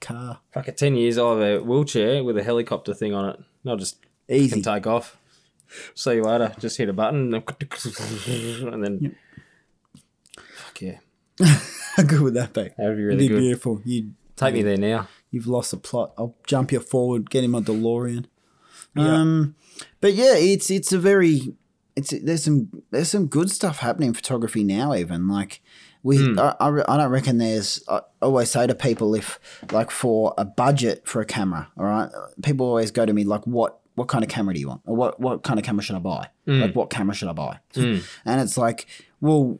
Speaker 2: car
Speaker 1: Fuck it, 10 years, I'll have a wheelchair with a helicopter thing on it. And I'll just
Speaker 2: easy
Speaker 1: can take off. See you later. Just hit a button and then. Fuck yeah.
Speaker 2: How good would that be?
Speaker 1: That would be
Speaker 2: It'd
Speaker 1: really
Speaker 2: be
Speaker 1: good.
Speaker 2: beautiful. You,
Speaker 1: Take me there now.
Speaker 2: you've lost the plot. I'll jump you forward, get in my DeLorean. Um, but yeah, it's it's a very it's there's some there's some good stuff happening in photography now. Even like we, I, I, re- I don't reckon there's. I always say to people if like for a budget for a camera, all right, people always go to me like, what what kind of camera do you want, or what what kind of camera should I buy? Like what camera should I buy? And it's like, well,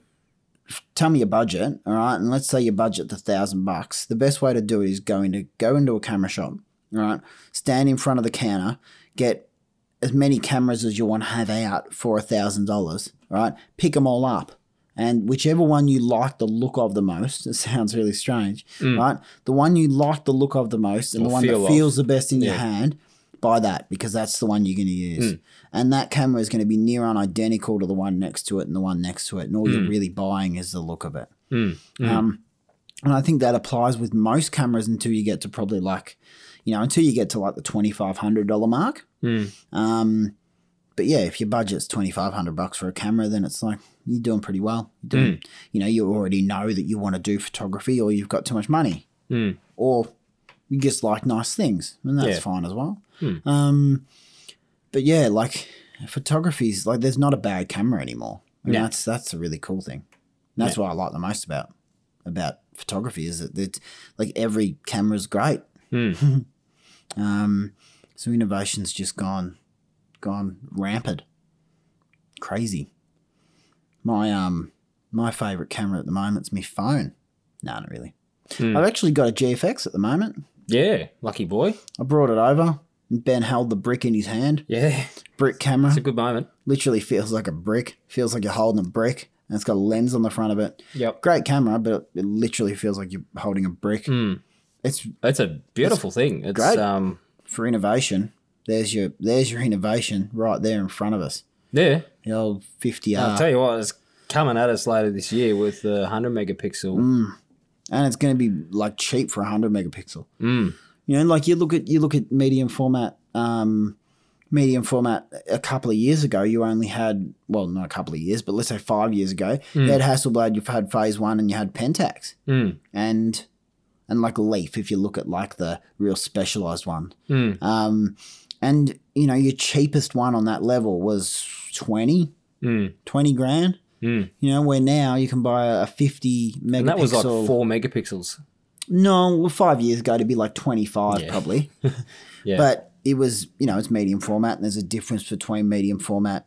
Speaker 2: tell me your budget, all right? And let's say your budget the thousand bucks. The best way to do it is go into go into a camera shop, all right? Stand in front of the counter, get as many cameras as you want to have out for a thousand dollars, all right? Pick them all up, and whichever one you like the look of the most, it sounds really strange, right? The one you like the look of the most and
Speaker 1: Mm. Or
Speaker 2: the one
Speaker 1: feel
Speaker 2: that
Speaker 1: of.
Speaker 2: feels the best in your
Speaker 1: Yeah.
Speaker 2: hand, buy that because that's the one you're going to use. And that camera is going to be near on identical to the one next to it and the one next to it. And all you're really buying is the look of it.
Speaker 1: Mm.
Speaker 2: Um, and I think that applies with most cameras until you get to probably like, you know, until you get to like the $2,500 mark.
Speaker 1: Mm.
Speaker 2: Um, but yeah, if your budget's twenty five hundred bucks for a camera, then it's like you're doing pretty well. You're doing, you know, you already know that you want to do photography, or you've got too much money,
Speaker 1: Mm.
Speaker 2: or you just like nice things, and that's
Speaker 1: Yeah.
Speaker 2: fine as well. Um, but yeah, like photography's like there's not a bad camera anymore, and
Speaker 1: No.
Speaker 2: that's that's a really cool thing. And that's what I like the most about about photography is that it's like every camera's great. um, so innovation's just gone gone rampant, crazy. My um my favorite camera at the moment's my phone. No, not really.
Speaker 1: Hmm.
Speaker 2: I've actually got a GFX at the moment.
Speaker 1: Yeah, lucky boy.
Speaker 2: I brought it over. and Ben held the brick in his hand.
Speaker 1: Yeah,
Speaker 2: Brick camera
Speaker 1: it's a good moment.
Speaker 2: literally feels like a brick. Feels like you're holding a brick, and it's got a lens on the front of it.
Speaker 1: Yep.
Speaker 2: Great camera, but it, it literally feels like you're holding a brick.
Speaker 1: Hmm.
Speaker 2: It's
Speaker 1: Mm. It's a beautiful thing. It's
Speaker 2: great.
Speaker 1: um
Speaker 2: for innovation. There's your there's your innovation right there in front of us.
Speaker 1: yeah.
Speaker 2: The old fifty
Speaker 1: I'll
Speaker 2: R,
Speaker 1: tell you what, it's coming at us later this year with the hundred megapixel.
Speaker 2: and it's going to be like cheap for hundred megapixel.
Speaker 1: Mm.
Speaker 2: You know, like you look at you look at medium format. Um, medium format a couple of years ago you only had well not a couple of years but let's say five years ago
Speaker 1: Hmm.
Speaker 2: you had hasselblad you had phase one and you had pentax
Speaker 1: Mm.
Speaker 2: and and like Leaf, if you look at like the real specialized one.
Speaker 1: Mm.
Speaker 2: Um, and you know, your cheapest one on that level was 20,
Speaker 1: Mm.
Speaker 2: 20 grand.
Speaker 1: Mm.
Speaker 2: You know, where now you can buy a 50 megapixel.
Speaker 1: And that was like four megapixels.
Speaker 2: No, well, five years ago, it'd be like 25
Speaker 1: Yeah.
Speaker 2: probably.
Speaker 1: Yeah.
Speaker 2: But it was, you know, it's medium format, and there's a difference between medium format.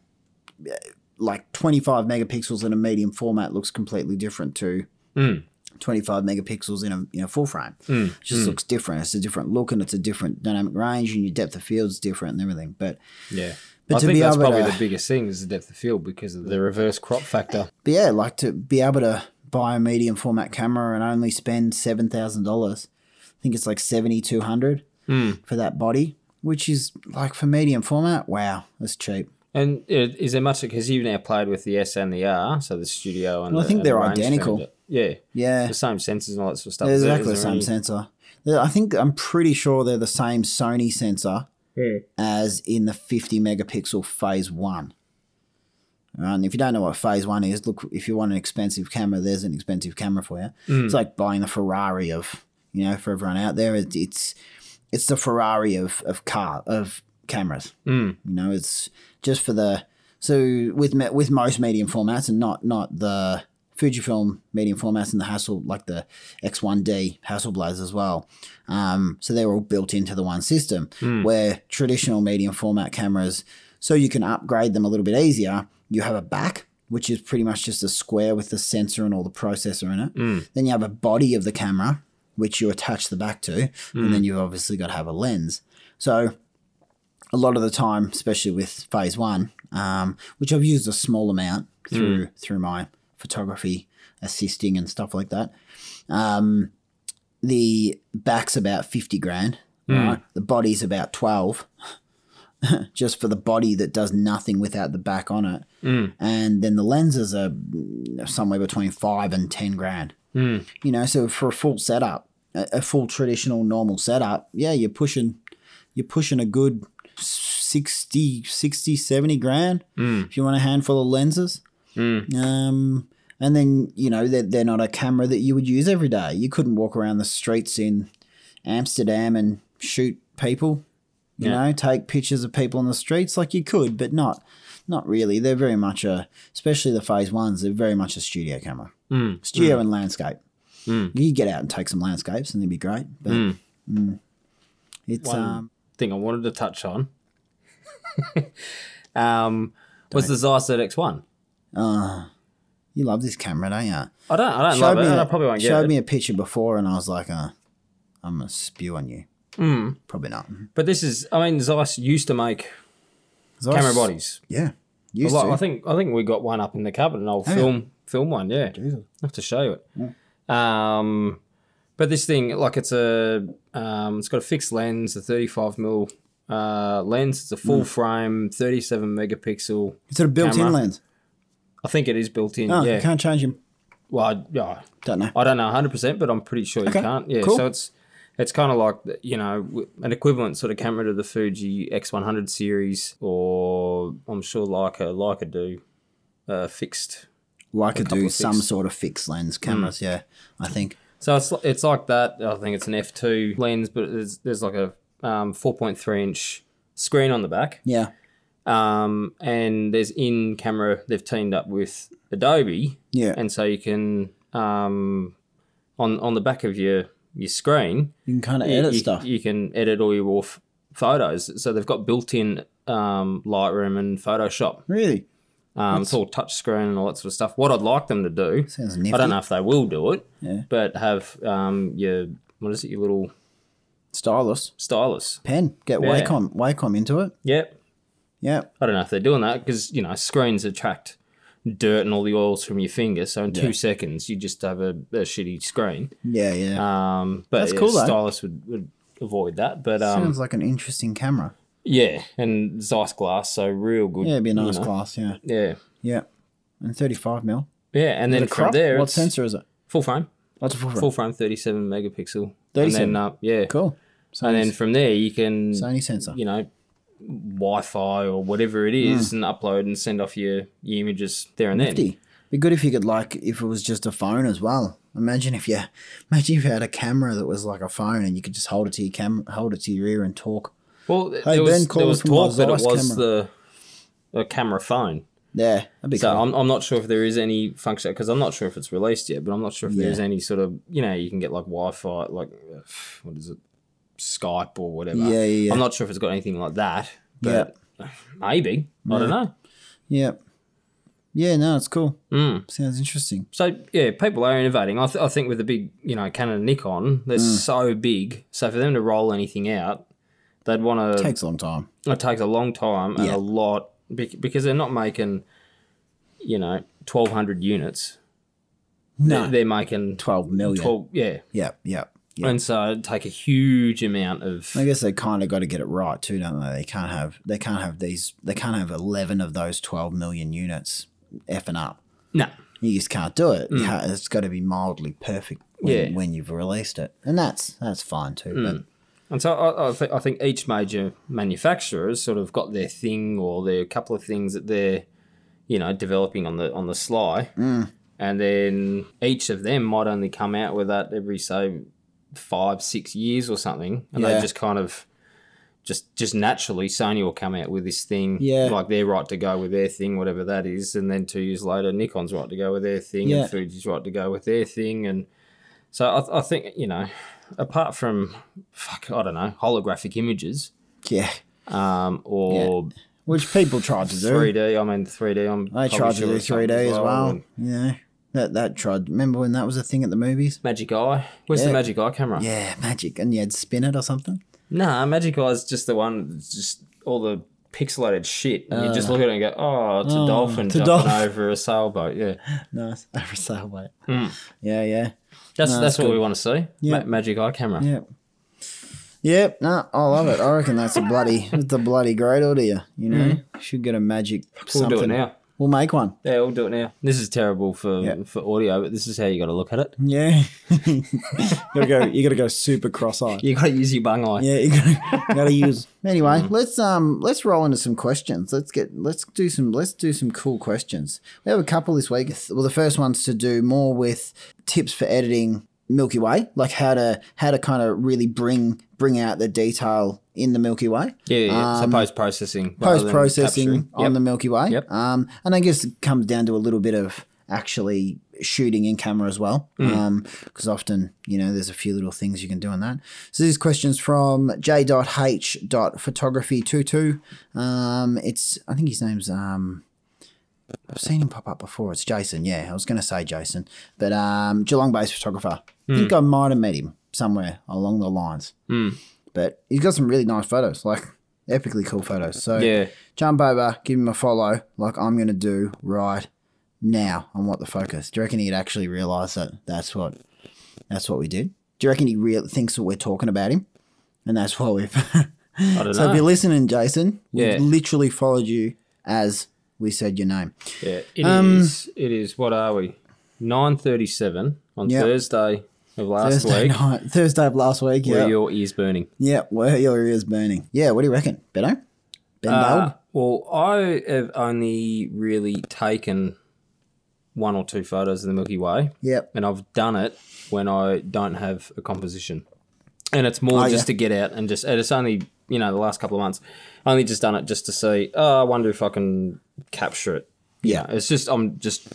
Speaker 2: uh, Like 25 megapixels in a medium format looks completely different to
Speaker 1: Mm.
Speaker 2: 25 megapixels in a, in a full frame.
Speaker 1: Mm.
Speaker 2: It just looks different. It's a different look and it's a different dynamic range, and your depth of field is different and everything. But
Speaker 1: Yeah.
Speaker 2: But
Speaker 1: I
Speaker 2: to
Speaker 1: think
Speaker 2: be
Speaker 1: that's
Speaker 2: able
Speaker 1: probably
Speaker 2: to-
Speaker 1: the biggest thing is the depth of field because of the reverse crop factor.
Speaker 2: But yeah, like to be able to buy a medium format camera and only spend seven thousand dollars. I think it's like seventy two hundred
Speaker 1: Mm.
Speaker 2: for that body, which is like for medium format. Wow, that's cheap.
Speaker 1: And uh, is there much because you've now played with the S and the R, so the studio and
Speaker 2: Well, I
Speaker 1: the-
Speaker 2: think
Speaker 1: and the
Speaker 2: they're
Speaker 1: rangefinder.
Speaker 2: identical.
Speaker 1: Yeah,
Speaker 2: Yeah,
Speaker 1: the same sensors and all that sort of stuff.
Speaker 2: they're
Speaker 1: Is there-
Speaker 2: exactly the
Speaker 1: is there
Speaker 2: same
Speaker 1: any-
Speaker 2: sensor. Yeah, I think I'm pretty sure they're the same Sony sensor
Speaker 1: Hmm.
Speaker 2: as in the fifty megapixel phase one. All right, And if you don't know what phase one is, look, if you want an expensive camera, there's an expensive camera for you.
Speaker 1: Hmm.
Speaker 2: It's like buying the Ferrari of, you know, for everyone out there, it, it's it's the Ferrari of of car of cameras.
Speaker 1: Mm.
Speaker 2: You know, it's just for the so with me- with most medium formats and not not the Fujifilm medium formats and the Hassel like the X1D Hasselblads as well. Um, so they're all built into the one system. Where traditional medium format cameras, so you can upgrade them a little bit easier. You have a back. Which is pretty much just a square with the sensor and all the processor in it. Then you have a body of the camera, which you attach the back to. And then you've obviously got to have a lens. So a lot of the time, especially with phase one, um, which I've used a small amount through through my photography assisting and stuff like that. Um, the back's about fifty grand, right? The body's about twelve, just for the body that does nothing without the back on it, and then the lenses are somewhere between five and ten grand.
Speaker 1: Hmm,
Speaker 2: You know, so for a full setup, a, a full traditional normal setup, yeah, you're pushing you're pushing a good 60 60 70 grand
Speaker 1: hmm,
Speaker 2: if you want a handful of lenses um and then you know they're, they're not a camera that you would use every day you couldn't walk around the streets in amsterdam and shoot people you
Speaker 1: Yeah.
Speaker 2: know take pictures of people on the streets like you could but not not really they're very much a especially the phase ones they're very much a studio camera
Speaker 1: Mm.
Speaker 2: studio and landscape
Speaker 1: Mm.
Speaker 2: you could get out and take some landscapes and they'd be great but
Speaker 1: Mm.
Speaker 2: mm. it's
Speaker 1: One-
Speaker 2: um
Speaker 1: thing I wanted to touch on um, was the Zeiss ZX1.
Speaker 2: Uh, you love this camera, don't you?
Speaker 1: I don't, I don't love it, and I probably won't get
Speaker 2: showed
Speaker 1: it.
Speaker 2: me a picture before, and I was like, uh, I'm going to spew on you.
Speaker 1: Mm.
Speaker 2: Probably not.
Speaker 1: But this is, I mean, Zeiss used to make
Speaker 2: Zeiss-
Speaker 1: camera bodies.
Speaker 2: Yeah.
Speaker 1: A
Speaker 2: Used
Speaker 1: lot.
Speaker 2: to.
Speaker 1: I think I think we got one up in the cupboard, an old film film one. Yeah, I'll have to show you it. Um, but this thing, like, it's a um, it's got a fixed lens, a 35 mm uh, lens. It's a
Speaker 2: Mm.
Speaker 1: full frame, 37 megapixel.
Speaker 2: It's a built in
Speaker 1: Camera.
Speaker 2: lens.
Speaker 1: I think it is built in.
Speaker 2: Oh,
Speaker 1: yeah.
Speaker 2: you can't change him.
Speaker 1: Well, I, yeah,
Speaker 2: Don't know.
Speaker 1: I don't know 100, percent but I'm pretty sure
Speaker 2: Okay,
Speaker 1: you can't. Yeah.
Speaker 2: cool.
Speaker 1: So it's it's kind of like you know w- an equivalent sort of camera to the Fuji X100 series, or I'm sure Leica Leica do uh, fixed
Speaker 2: Well, I could
Speaker 1: couple
Speaker 2: do
Speaker 1: of Mm.
Speaker 2: some
Speaker 1: fixed.
Speaker 2: sort of fixed lens cameras. Yeah, I think.
Speaker 1: So it's li- it's like that. I think it's an f two lens, but there's there's like a um, four point three inch screen on the back,
Speaker 2: Yeah,
Speaker 1: um, and there's in camera. They've teamed up with Adobe,
Speaker 2: yeah.
Speaker 1: and so you can um, on on the back of your your screen,
Speaker 2: you can kind of
Speaker 1: you-
Speaker 2: edit
Speaker 1: you,
Speaker 2: stuff.
Speaker 1: You can edit all your raw f- photos. So they've got built in um, Lightroom and Photoshop.
Speaker 2: really
Speaker 1: Um, it's all touch screen and all that sort of stuff. What I'd like them to do,
Speaker 2: sounds nifty.
Speaker 1: I don't know if they will do it,
Speaker 2: Yeah.
Speaker 1: but have um, your what is it, your little
Speaker 2: Stylus
Speaker 1: stylus.
Speaker 2: pen. Get
Speaker 1: Yeah.
Speaker 2: Wacom Wacom into it.
Speaker 1: Yep.
Speaker 2: Yeah,
Speaker 1: I don't know if they're doing that because you know screens attract dirt and all the oils from your finger. So in two seconds, you just have a, a shitty screen.
Speaker 2: yeah, yeah.
Speaker 1: Um, but
Speaker 2: That's
Speaker 1: yeah,
Speaker 2: cool, though.
Speaker 1: stylus would, would avoid that. But um,
Speaker 2: sounds like an interesting camera.
Speaker 1: yeah, and Zeiss glass, so real good.
Speaker 2: Yeah, it'd be a
Speaker 1: you
Speaker 2: nice
Speaker 1: know.
Speaker 2: class. Yeah,
Speaker 1: Yeah,
Speaker 2: yeah. And thirty five mil.
Speaker 1: yeah, and then
Speaker 2: The
Speaker 1: from
Speaker 2: crop?
Speaker 1: there,
Speaker 2: what
Speaker 1: it's
Speaker 2: sensor is it?
Speaker 1: full frame,
Speaker 2: That's a full frame.
Speaker 1: full frame, thirty-seven megapixel. And
Speaker 2: 37.
Speaker 1: then, uh, yeah,
Speaker 2: Cool. Sony,
Speaker 1: and then from there you can
Speaker 2: Sony sensor. Mm.
Speaker 1: you know Wi-Fi or whatever it is, and upload and send off your, your images there and then.
Speaker 2: Nifty. Be good if you could like if it was just a phone as well. Imagine if you imagine if you had a camera that was like a phone and you could just hold it to your cam hold it to your ear and talk.
Speaker 1: Well, th-
Speaker 2: Hey,
Speaker 1: there
Speaker 2: Ben,
Speaker 1: was,
Speaker 2: call
Speaker 1: there
Speaker 2: us
Speaker 1: was
Speaker 2: from my
Speaker 1: talk that it
Speaker 2: Zeiss
Speaker 1: was the a camera phone.
Speaker 2: Yeah, that'd be
Speaker 1: So
Speaker 2: cool.
Speaker 1: I'm, I'm not sure if there is any function because I'm not sure if it's released yet, but I'm not sure if
Speaker 2: Yeah.
Speaker 1: there's any sort of you know you can get like Wi-Fi like uh, what is it Skype or whatever.
Speaker 2: Yeah, yeah, yeah.
Speaker 1: I'm not sure if it's got anything like that, but maybe I don't know.
Speaker 2: Yeah. Yeah, no, it's cool.
Speaker 1: Mm.
Speaker 2: Sounds interesting.
Speaker 1: So yeah, people are innovating. I, th- I think with the big, you know, Canon, Nikon, they're
Speaker 2: Mm.
Speaker 1: so big. So for them to roll anything out, they'd want to.
Speaker 2: Takes a long time.
Speaker 1: it takes a long time and
Speaker 2: Yeah.
Speaker 1: a lot bec- because they're not making, you know, twelve hundred units.
Speaker 2: No.
Speaker 1: They're, they're making
Speaker 2: Twelve million.
Speaker 1: twelve. Yeah.
Speaker 2: Yeah, yeah. yeah.
Speaker 1: and so it'd take a huge amount of.
Speaker 2: I guess they kind of got to get it right too, don't they? They can't have they can't have these they can't have eleven of those twelve million units effing up.
Speaker 1: No,
Speaker 2: You just can't do it. You ha- it's got to be mildly perfect when,
Speaker 1: Hmm. Yeah. Hmm.
Speaker 2: when you've released it, and that's that's fine too. But
Speaker 1: and so I, I, th- I think each major manufacturer's sort of got their thing or their couple of things that they're, you know, developing on the on the sly,
Speaker 2: Mm.
Speaker 1: and then each of them might only come out with that every say five six years or something, and
Speaker 2: Yeah.
Speaker 1: they just kind of. Just, just naturally, Sony will come out with this thing,
Speaker 2: Yeah.
Speaker 1: like they're right to go with their thing, whatever that is, and then two years later, Nikon's right to go with their thing,
Speaker 2: Yeah.
Speaker 1: and Fuji's right to go with their thing, and so I, I think you know, apart from fuck, I don't know, holographic images,
Speaker 2: yeah,
Speaker 1: um, or
Speaker 2: which people tried to do.
Speaker 1: three D. I mean, three D. I'm
Speaker 2: They
Speaker 1: probably
Speaker 2: tried
Speaker 1: sure
Speaker 2: to do
Speaker 1: it's something
Speaker 2: three D as well.
Speaker 1: and
Speaker 2: yeah, that that tried. Remember when that was a thing at the movies?
Speaker 1: Magic Eye. Where's
Speaker 2: Yeah.
Speaker 1: the Magic Eye camera?
Speaker 2: Yeah, magic, and you had spin it or something.
Speaker 1: Nah, Magic Eye's just the one. That's just all the pixelated shit. And you just look at it and go, oh, it's
Speaker 2: Uh. Oh,
Speaker 1: a dolphin
Speaker 2: it's a
Speaker 1: jumping
Speaker 2: dolphin.
Speaker 1: over a sailboat. Yeah,
Speaker 2: Nice, over sailboat.
Speaker 1: Hmm.
Speaker 2: Yeah, yeah.
Speaker 1: that's that's,
Speaker 2: No, that's
Speaker 1: what
Speaker 2: good.
Speaker 1: we want to see.
Speaker 2: Yeah.
Speaker 1: Ma- Magic Eye camera.
Speaker 2: Yep. Yep. No, I love it. I reckon that's a bloody, that's a bloody great idea. You know, should get a magic.
Speaker 1: Mm. We'll
Speaker 2: something.
Speaker 1: do it now.
Speaker 2: We'll make one.
Speaker 1: Yeah, we'll do it now. This is terrible for,
Speaker 2: Yeah.
Speaker 1: for audio, but this is how you got to look at it.
Speaker 2: Yeah. you gotta go. You gotta go super cross-eyed.
Speaker 1: You got to use your bung eye.
Speaker 2: Yeah, you gotta, you gotta use. Anyway,
Speaker 1: Mm.
Speaker 2: let's um, let's roll into some questions. Let's get, let's do some, let's do some cool questions. We have a couple this week. Well, the first one's to do more with tips for editing Milky Way, like how to how to kind of really bring bring out the detail in the Milky Way.
Speaker 1: Yeah, yeah, yeah. so post processing.
Speaker 2: post processing Um, on the Milky Way.
Speaker 1: Yep.
Speaker 2: Um, and I guess it comes down to a little bit of actually shooting in camera as well,
Speaker 1: Mm.
Speaker 2: because often you know there's a few little things you can do on that. So these questions from j.h.photography22. Um, it's I think his name's um. I've seen him pop up before. It's Jason. Yeah, I was going to say Jason, but um, Geelong-based photographer. I
Speaker 1: Mm.
Speaker 2: think I might have met him somewhere along the lines. But he's got some really nice photos, like epically cool photos. So
Speaker 1: Yeah.
Speaker 2: jump over, give him a follow, like I'm gonna do right now on what the focus. Do you reckon he'd actually realise that that's what that's what we did? Do you reckon he real thinks that we're talking about him, and that's why we've?
Speaker 1: I don't
Speaker 2: so if
Speaker 1: know.
Speaker 2: you're listening, Jason,
Speaker 1: Yeah.
Speaker 2: we literally followed you as we said your name.
Speaker 1: yeah, it
Speaker 2: Um,
Speaker 1: is- It is. What are we? Nine thirty-seven on
Speaker 2: Yeah.
Speaker 1: Thursday of last
Speaker 2: Thursday
Speaker 1: week.
Speaker 2: night, Thursday of last week.
Speaker 1: Were
Speaker 2: Yeah,
Speaker 1: your ears burning?
Speaker 2: yeah, where your ears burning? Yeah, what do you reckon, Benno? Ben
Speaker 1: Uh,
Speaker 2: Dog?
Speaker 1: well, I have only really taken one or two photos of the Milky Way,
Speaker 2: Yep.
Speaker 1: and I've done it when I don't have a composition, and it's more
Speaker 2: Oh,
Speaker 1: just
Speaker 2: yeah.
Speaker 1: to get out and just. And it's only you know the last couple of months, I only just done it just to see. Oh, I wonder if I can capture it.
Speaker 2: Yeah.
Speaker 1: It's just I'm just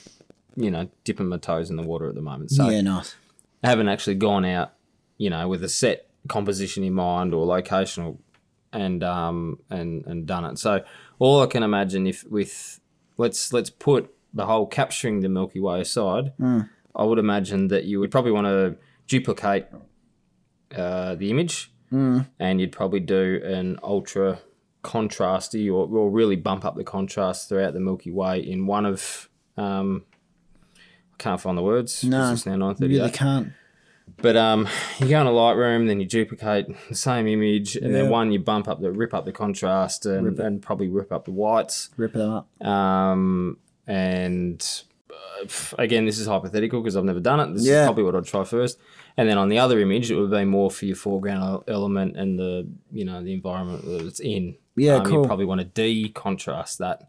Speaker 1: you know dipping my toes in the water at the moment, so
Speaker 2: yeah, nice.
Speaker 1: I haven't actually gone out, you know, with a set composition in mind or locational, and um and and done it. So all I can imagine if with let's let's put the whole capturing the Milky Way aside, I would imagine that you would probably want to duplicate uh, the image, and you'd probably do an ultra contrasty or, or really bump up the contrast throughout the Milky Way in one of um. I can't find the words.
Speaker 2: No,
Speaker 1: it's now nine
Speaker 2: You
Speaker 1: thirty.
Speaker 2: really can't.
Speaker 1: But um, you go in a Lightroom, then you duplicate the same image, and
Speaker 2: Yeah.
Speaker 1: then one you bump up the rip up the contrast and, and probably rip up the whites.
Speaker 2: Rip it up.
Speaker 1: Um, and uh, f- again, this is hypothetical because I've never done it. This
Speaker 2: Yeah.
Speaker 1: is probably what I'd try first, and then on the other image, it would be more for your foreground el- element and the you know the environment that it's in.
Speaker 2: Yeah,
Speaker 1: um,
Speaker 2: cool.
Speaker 1: You probably want to de contrast that.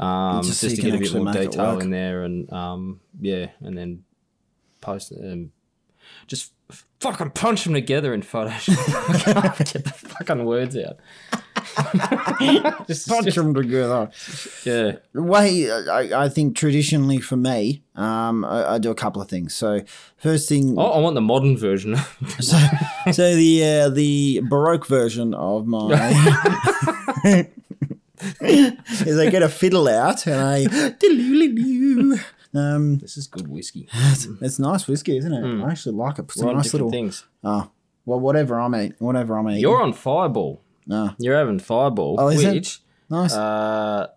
Speaker 1: Um,
Speaker 2: Just
Speaker 1: just,
Speaker 2: so you
Speaker 1: to
Speaker 2: can
Speaker 1: get a bit
Speaker 2: actually
Speaker 1: more
Speaker 2: make it
Speaker 1: detail
Speaker 2: work.
Speaker 1: in there, and um, yeah, and then post um, just f- fucking punch them together in Photoshop. I can't get the fucking words out. just,
Speaker 2: Punch them together.
Speaker 1: yeah,
Speaker 2: The way I, I think traditionally for me, um, I, I do a couple of things. So first thing,
Speaker 1: I, Oh, I want the modern version.
Speaker 2: so, so the uh, the baroque version of my is I get a fiddle out and I um,
Speaker 1: this is good whiskey.
Speaker 2: it's, it's nice whiskey, isn't it? I actually like it. It's
Speaker 1: We're
Speaker 2: a
Speaker 1: on
Speaker 2: nice
Speaker 1: Hmm. different
Speaker 2: little
Speaker 1: things.
Speaker 2: oh, well, wwhatever I'm eating, whatever I'm eating,
Speaker 1: You're on Fireball.
Speaker 2: Ah.
Speaker 1: You're having Fireball,
Speaker 2: Oh, is it?
Speaker 1: which
Speaker 2: nice.
Speaker 1: uh,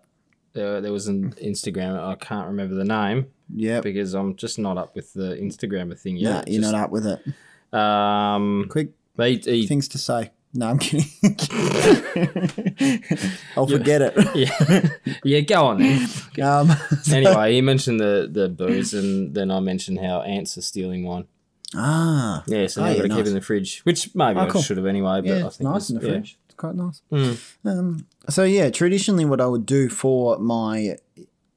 Speaker 1: there, there was an Instagram. I can't remember the name
Speaker 2: yeah,
Speaker 1: because I'm just not up with the Instagrammer thing
Speaker 2: nah,
Speaker 1: yet.
Speaker 2: you're not up with it.
Speaker 1: not. Um,
Speaker 2: Quick,
Speaker 1: they he-
Speaker 2: things to say. No, I'm kidding. I'll forget it.
Speaker 1: yeah, yeah, go on. then.
Speaker 2: Um,
Speaker 1: anyway, he mentioned the the booze, and then I mentioned how ants are stealing wine.
Speaker 2: ah,
Speaker 1: Yeah, so
Speaker 2: Oh,
Speaker 1: now I've got
Speaker 2: yeah,
Speaker 1: to keep
Speaker 2: nice.
Speaker 1: it in the fridge, which maybe
Speaker 2: Oh, cool.
Speaker 1: I should have anyway. But
Speaker 2: yeah,
Speaker 1: I
Speaker 2: it's
Speaker 1: think
Speaker 2: nice in the
Speaker 1: yeah.
Speaker 2: fridge. It's quite nice.
Speaker 1: Mm.
Speaker 2: Um, so yeah, traditionally, what I would do for my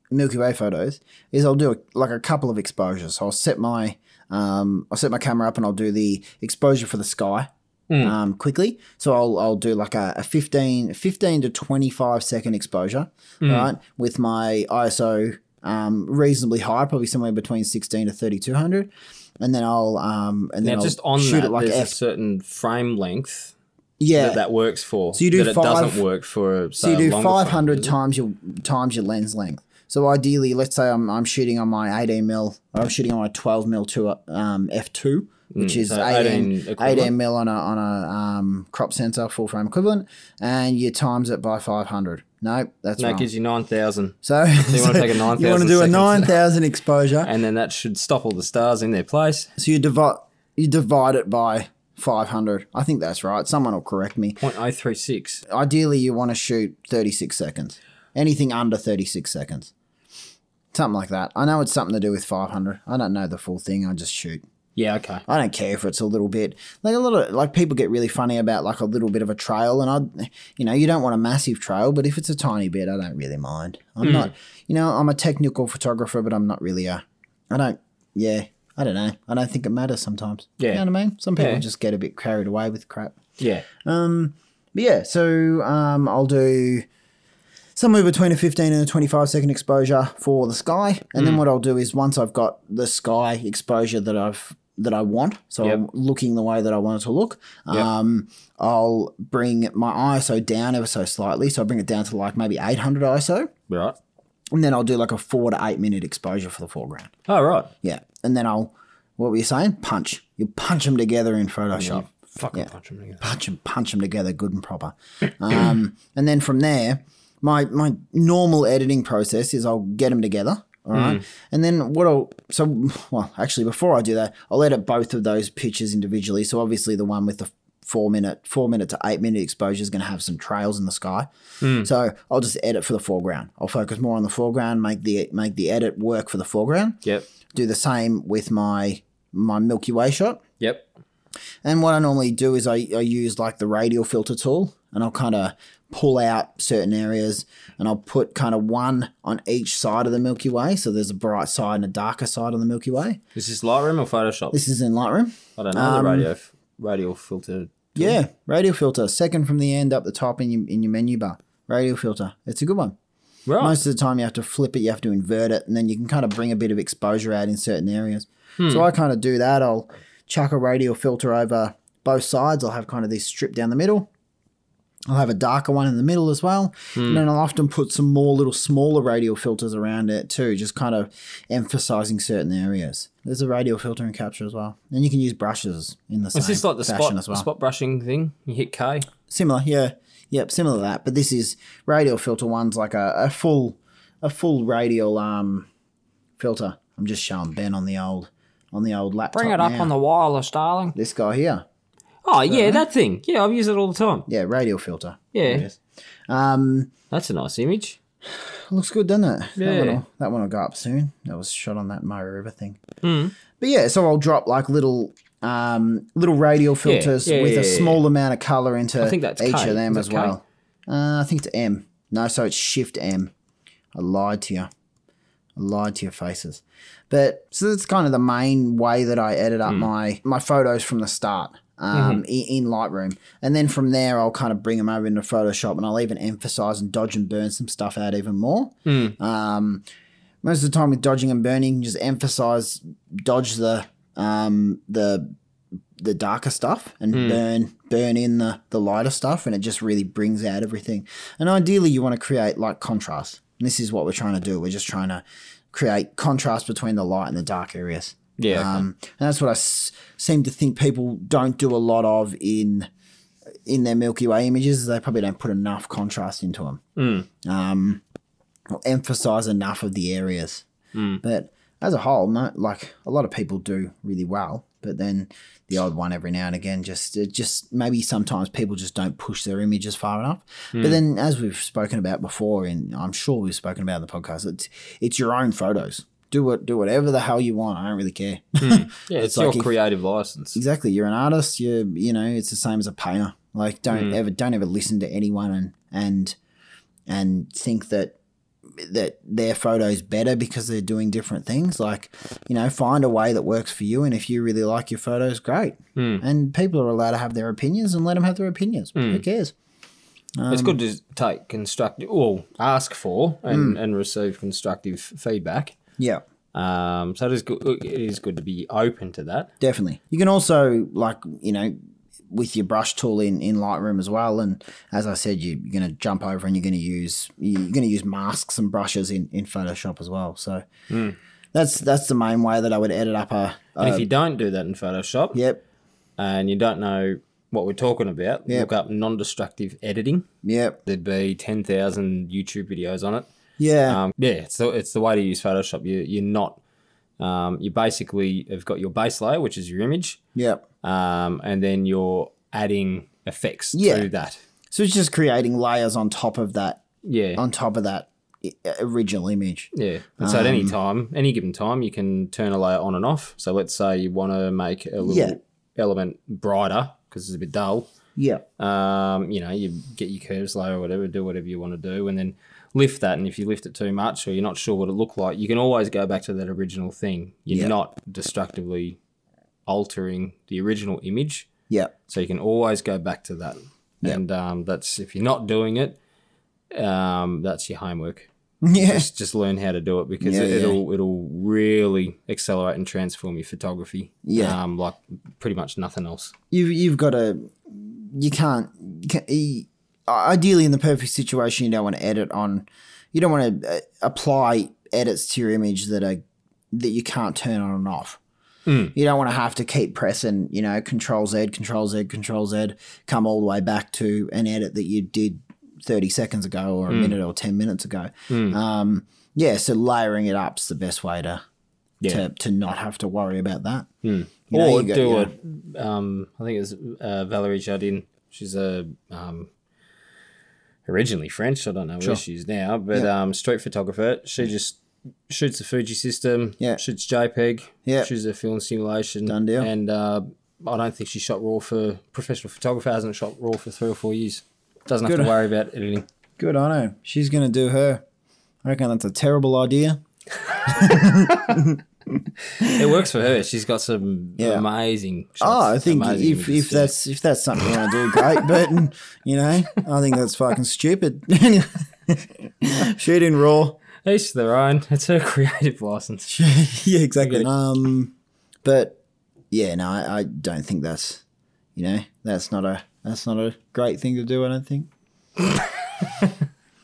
Speaker 2: Milky Way photos is I'll do like a couple of exposures. So I'll set my um, I'll set my camera up and I'll do the exposure for the sky
Speaker 1: Mm.
Speaker 2: um, quickly. So I'll, I'll do like a, a 15, 15 to 25 second exposure,
Speaker 1: Mm.
Speaker 2: right? With my ISO um, reasonably high, probably somewhere between 16 to 3200. And then I'll, um, and then
Speaker 1: Now,
Speaker 2: I'll
Speaker 1: just on
Speaker 2: shoot
Speaker 1: that,
Speaker 2: it like
Speaker 1: there's a
Speaker 2: F.
Speaker 1: certain frame length
Speaker 2: yeah.
Speaker 1: that that works for.
Speaker 2: So you do
Speaker 1: that
Speaker 2: five-
Speaker 1: it doesn't work for.
Speaker 2: So you
Speaker 1: say, a
Speaker 2: do
Speaker 1: longer frame,
Speaker 2: 500
Speaker 1: does it?
Speaker 2: times your times your lens length. So ideally, let's say I'm, I'm shooting on my 18 mil, or I'm shooting on my 12 mil to um, f2, which is
Speaker 1: Mm, so 18
Speaker 2: 18, 18,
Speaker 1: equivalent.
Speaker 2: mil on a on a um, crop sensor full frame equivalent, and you times it by 500. No, that's
Speaker 1: That
Speaker 2: wrong.
Speaker 1: gives you nine thousand,
Speaker 2: so,
Speaker 1: you wanna take a 9,000
Speaker 2: you wanna do a
Speaker 1: seconds.
Speaker 2: 9,000 exposure.
Speaker 1: and then that should stop all the stars in their place.
Speaker 2: So you divide you divide it by 500. I think that's right. Someone will correct me.
Speaker 1: 0.036.
Speaker 2: ideally you want to shoot 36 seconds anything under 36 seconds something like that i know it's something to do with 500 i don't know the full thing i just shoot
Speaker 1: Yeah, okay.
Speaker 2: i don't care if it's a little bit like a little like people get really funny about like a little bit of a trail and i you know you don't want a massive trail but if it's a tiny bit i don't really mind
Speaker 1: Hmm.
Speaker 2: i'm not you know i'm a technical photographer but i'm not really a i don't yeah i don't know i don't think it matters sometimes
Speaker 1: Yeah.
Speaker 2: you know what i mean some people
Speaker 1: Yeah.
Speaker 2: just get a bit carried away with crap
Speaker 1: Yeah.
Speaker 2: but yeah, so um, I'll do somewhere between a 15 and a 25 second exposure for the sky. And then what I'll do is once I've got the sky exposure that I've that I want, so I'm
Speaker 1: Yep.
Speaker 2: looking the way that I want it to look. Um, I'll bring my ISO down ever so slightly, so I bring it down to like maybe 800 ISO,
Speaker 1: Right.
Speaker 2: and then I'll do like a four to eight minute exposure for the foreground.
Speaker 1: Oh, right.
Speaker 2: Yeah, and then I'll what were you saying? Punch. You punch them together in Photoshop
Speaker 1: Fucking punch 'em together.
Speaker 2: punch them, punch them together good and proper. Um, and then from there, my my normal editing process is I'll get them together. All right. And then what I'll, so, well, actually, before I do that, I'll edit both of those pictures individually. So obviously, the one with the four minute, four minute to eight minute exposure is going to have some trails in the sky. So I'll just edit for the foreground. I'll focus more on the foreground, make the, make the edit work for the foreground.
Speaker 1: Yep.
Speaker 2: Do the same with my, my Milky Way shot.
Speaker 1: Yep.
Speaker 2: And what I normally do is I, I use like the radial filter tool and I'll kind of pull out certain areas and I'll put kind of one on each side of the Milky Way. So there's a bright side and a darker side of the Milky Way.
Speaker 1: Is this Lightroom or Photoshop?
Speaker 2: This um, is in Lightroom.
Speaker 1: I don't know the radio radial filter.
Speaker 2: Yeah, radial filter, second from the end up the top in your, in your menu bar. Radial filter. It's a good one.
Speaker 1: Right.
Speaker 2: Most of the time, you have to flip it, you have to invert it, and then you can kind of bring a bit of exposure out in certain areas.
Speaker 1: Hmm.
Speaker 2: So I kind of do that. I'll chuck a radial filter over both sides. I'll have kind of this strip down the middle. I'll have a darker one in the middle as well.
Speaker 1: Hmm.
Speaker 2: And then I'll often put some more little smaller radial filters around it too, just kind of emphasizing certain areas. There's a radial filter in Capture as well. And you can use brushes in the same
Speaker 1: Is this like the
Speaker 2: fashion
Speaker 1: spot
Speaker 2: as well
Speaker 1: spot brushing thing? You hit K.
Speaker 2: similar yeah yep similar to that but this is radial filter one's like a, a full a full radial um filter i'm just showing ben on the old on the old laptop
Speaker 1: Bring it up
Speaker 2: now.
Speaker 1: on the wireless, darling.
Speaker 2: this guy here
Speaker 1: Oh yeah, that thing. Yeah, I've used it all the time.
Speaker 2: yeah radial filter
Speaker 1: Yeah,
Speaker 2: um
Speaker 1: that's a nice image.
Speaker 2: looks good doesn't it that,
Speaker 1: Yeah.
Speaker 2: one'll, that one'll go up soon that was shot on that Murray river thing
Speaker 1: Hmm.
Speaker 2: but yeah so i'll drop like little um little radial filters
Speaker 1: yeah,
Speaker 2: with
Speaker 1: yeah,
Speaker 2: a
Speaker 1: yeah,
Speaker 2: small amount of color into
Speaker 1: think that's
Speaker 2: each
Speaker 1: K.
Speaker 2: of them
Speaker 1: Is
Speaker 2: as
Speaker 1: that K?
Speaker 2: well uh, i think it's m no so it's shift m i lied to you i lied to your faces but so that's kind of the main way that i edit
Speaker 1: Hmm.
Speaker 2: up my my photos from the start
Speaker 1: Mm-hmm.
Speaker 2: um, in, in Lightroom, and then from there I'll kind of bring them over into Photoshop, and I'll even emphasize and dodge and burn some stuff out even more.
Speaker 1: Hmm.
Speaker 2: Um, most of the time with dodging and burning, just emphasize dodge the um, the the darker stuff and
Speaker 1: Hmm.
Speaker 2: burn burn in the the lighter stuff, and it just really brings out everything. And ideally, you want to create like contrast. And this is what we're trying to do. We're just trying to create contrast between the light and the dark areas.
Speaker 1: Yeah, okay.
Speaker 2: um, and that's what I s- seem to think people don't do a lot of in in their Milky Way images. is They probably don't put enough contrast into them
Speaker 1: Hmm.
Speaker 2: um, or emphasize enough of the areas.
Speaker 1: Mm.
Speaker 2: But as a whole, no, like a lot of people do really well. But then the odd one every now and again, just it just maybe sometimes people just don't push their images far enough. But then, as we've spoken about before, and I'm sure we've spoken about in the podcast, it's it's your own photos. Do what do whatever the hell you want. I don't really care.
Speaker 1: Yeah, it's,
Speaker 2: It's like
Speaker 1: your
Speaker 2: if-
Speaker 1: creative license.
Speaker 2: Exactly. You're an artist. You you know it's the same as a painter. Like don't ever don't ever listen to anyone and and and think that that their photos better because they're doing different things. Like you know find a way that works for you. And if you really like your photos, great. And people are allowed to have their opinions and let them have their opinions. Who cares?
Speaker 1: it's good to take constructive, well, ask for and, and receive constructive feedback.
Speaker 2: Yeah.
Speaker 1: Um, so it is good. It is good to be open to that.
Speaker 2: definitely. You can also like you know with your brush tool in in Lightroom as well. And as I said, you, you're going to jump over and you're going to use you're going to use masks and brushes in in Photoshop as well. So that's that's the main way that I would edit up a.
Speaker 1: And
Speaker 2: a
Speaker 1: if you don't do that in Photoshop,
Speaker 2: yep.
Speaker 1: and you don't know what we're talking about, look up non-destructive editing.
Speaker 2: Yep.
Speaker 1: There'd be ten thousand YouTube videos on it.
Speaker 2: Yeah.
Speaker 1: Um, yeah, so it's the way to use Photoshop. You, you're not. Um, you basically have got your base layer, which is your image,
Speaker 2: yep.
Speaker 1: um, and then you're adding effects
Speaker 2: Yeah.
Speaker 1: to that.
Speaker 2: So it's just creating layers on top of that
Speaker 1: Yeah.
Speaker 2: on top of that i- original image.
Speaker 1: Yeah. And so at
Speaker 2: Um,
Speaker 1: any time, any given time, you can turn a layer on and off. So let's say you want to make a little
Speaker 2: Yeah.
Speaker 1: element brighter because it's a bit dull.
Speaker 2: Yeah.
Speaker 1: Um, you know, you get your curves layer or whatever, do whatever you want to do, and then lift that. And if you lift it too much or you're not sure what it looked like, you can always go back to that original thing. You're
Speaker 2: Yeah.
Speaker 1: not destructively altering the original image.
Speaker 2: Yep.
Speaker 1: So you can always go back to that. And um, that's if you're not doing it, um, that's your homework
Speaker 2: Yeah.
Speaker 1: just just learn how to do it because
Speaker 2: Yeah,
Speaker 1: it,
Speaker 2: yeah.
Speaker 1: it'll it'll really accelerate and transform your photography.
Speaker 2: Yeah.
Speaker 1: um, like pretty much nothing else.
Speaker 2: you've you've got to you can't, you can't you- ideally in the perfect situation you don't want to edit on you don't want to uh, apply edits to your image that are that you can't turn on and off
Speaker 1: Hmm.
Speaker 2: you don't want to have to keep pressing you know control z control z control z come all the way back
Speaker 1: Hmm.
Speaker 2: to an edit that you did 30 seconds ago or a minute or 10 minutes ago um, yeah, so layering it up's the best way to
Speaker 1: Yeah. Hmm.
Speaker 2: to, to not have to worry about that. You know,
Speaker 1: Or
Speaker 2: you go-
Speaker 1: do
Speaker 2: yeah.
Speaker 1: what um, I think it was uh, Valerie Jardin. She's a um, originally French. I don't know where she is now, but um, street photographer. She just shoots the Fuji system.
Speaker 2: Yeah.
Speaker 1: shoots JPEG.
Speaker 2: Yeah.
Speaker 1: shoots a film simulation.
Speaker 2: Done deal.
Speaker 1: And uh, I don't think she shot raw for professional photographer. Hasn't shot raw for three or four years. Doesn't have
Speaker 2: Good.
Speaker 1: to worry about editing.
Speaker 2: Good on her. She's gonna do her. I reckon that's a terrible idea.
Speaker 1: It works for her. She's got some
Speaker 2: Yeah.
Speaker 1: amazing. Shots,
Speaker 2: Oh, I think
Speaker 1: amazing
Speaker 2: if,
Speaker 1: images,
Speaker 2: if
Speaker 1: yeah.
Speaker 2: that's if that's something you want to do, great. But you know, I think that's fucking stupid. Anyway, shoot in raw.
Speaker 1: each to their own. It's her creative license.
Speaker 2: yeah, exactly.
Speaker 1: Okay.
Speaker 2: Um, but yeah, no, I, I don't think that's you know that's not a that's not a great thing to do. I don't think.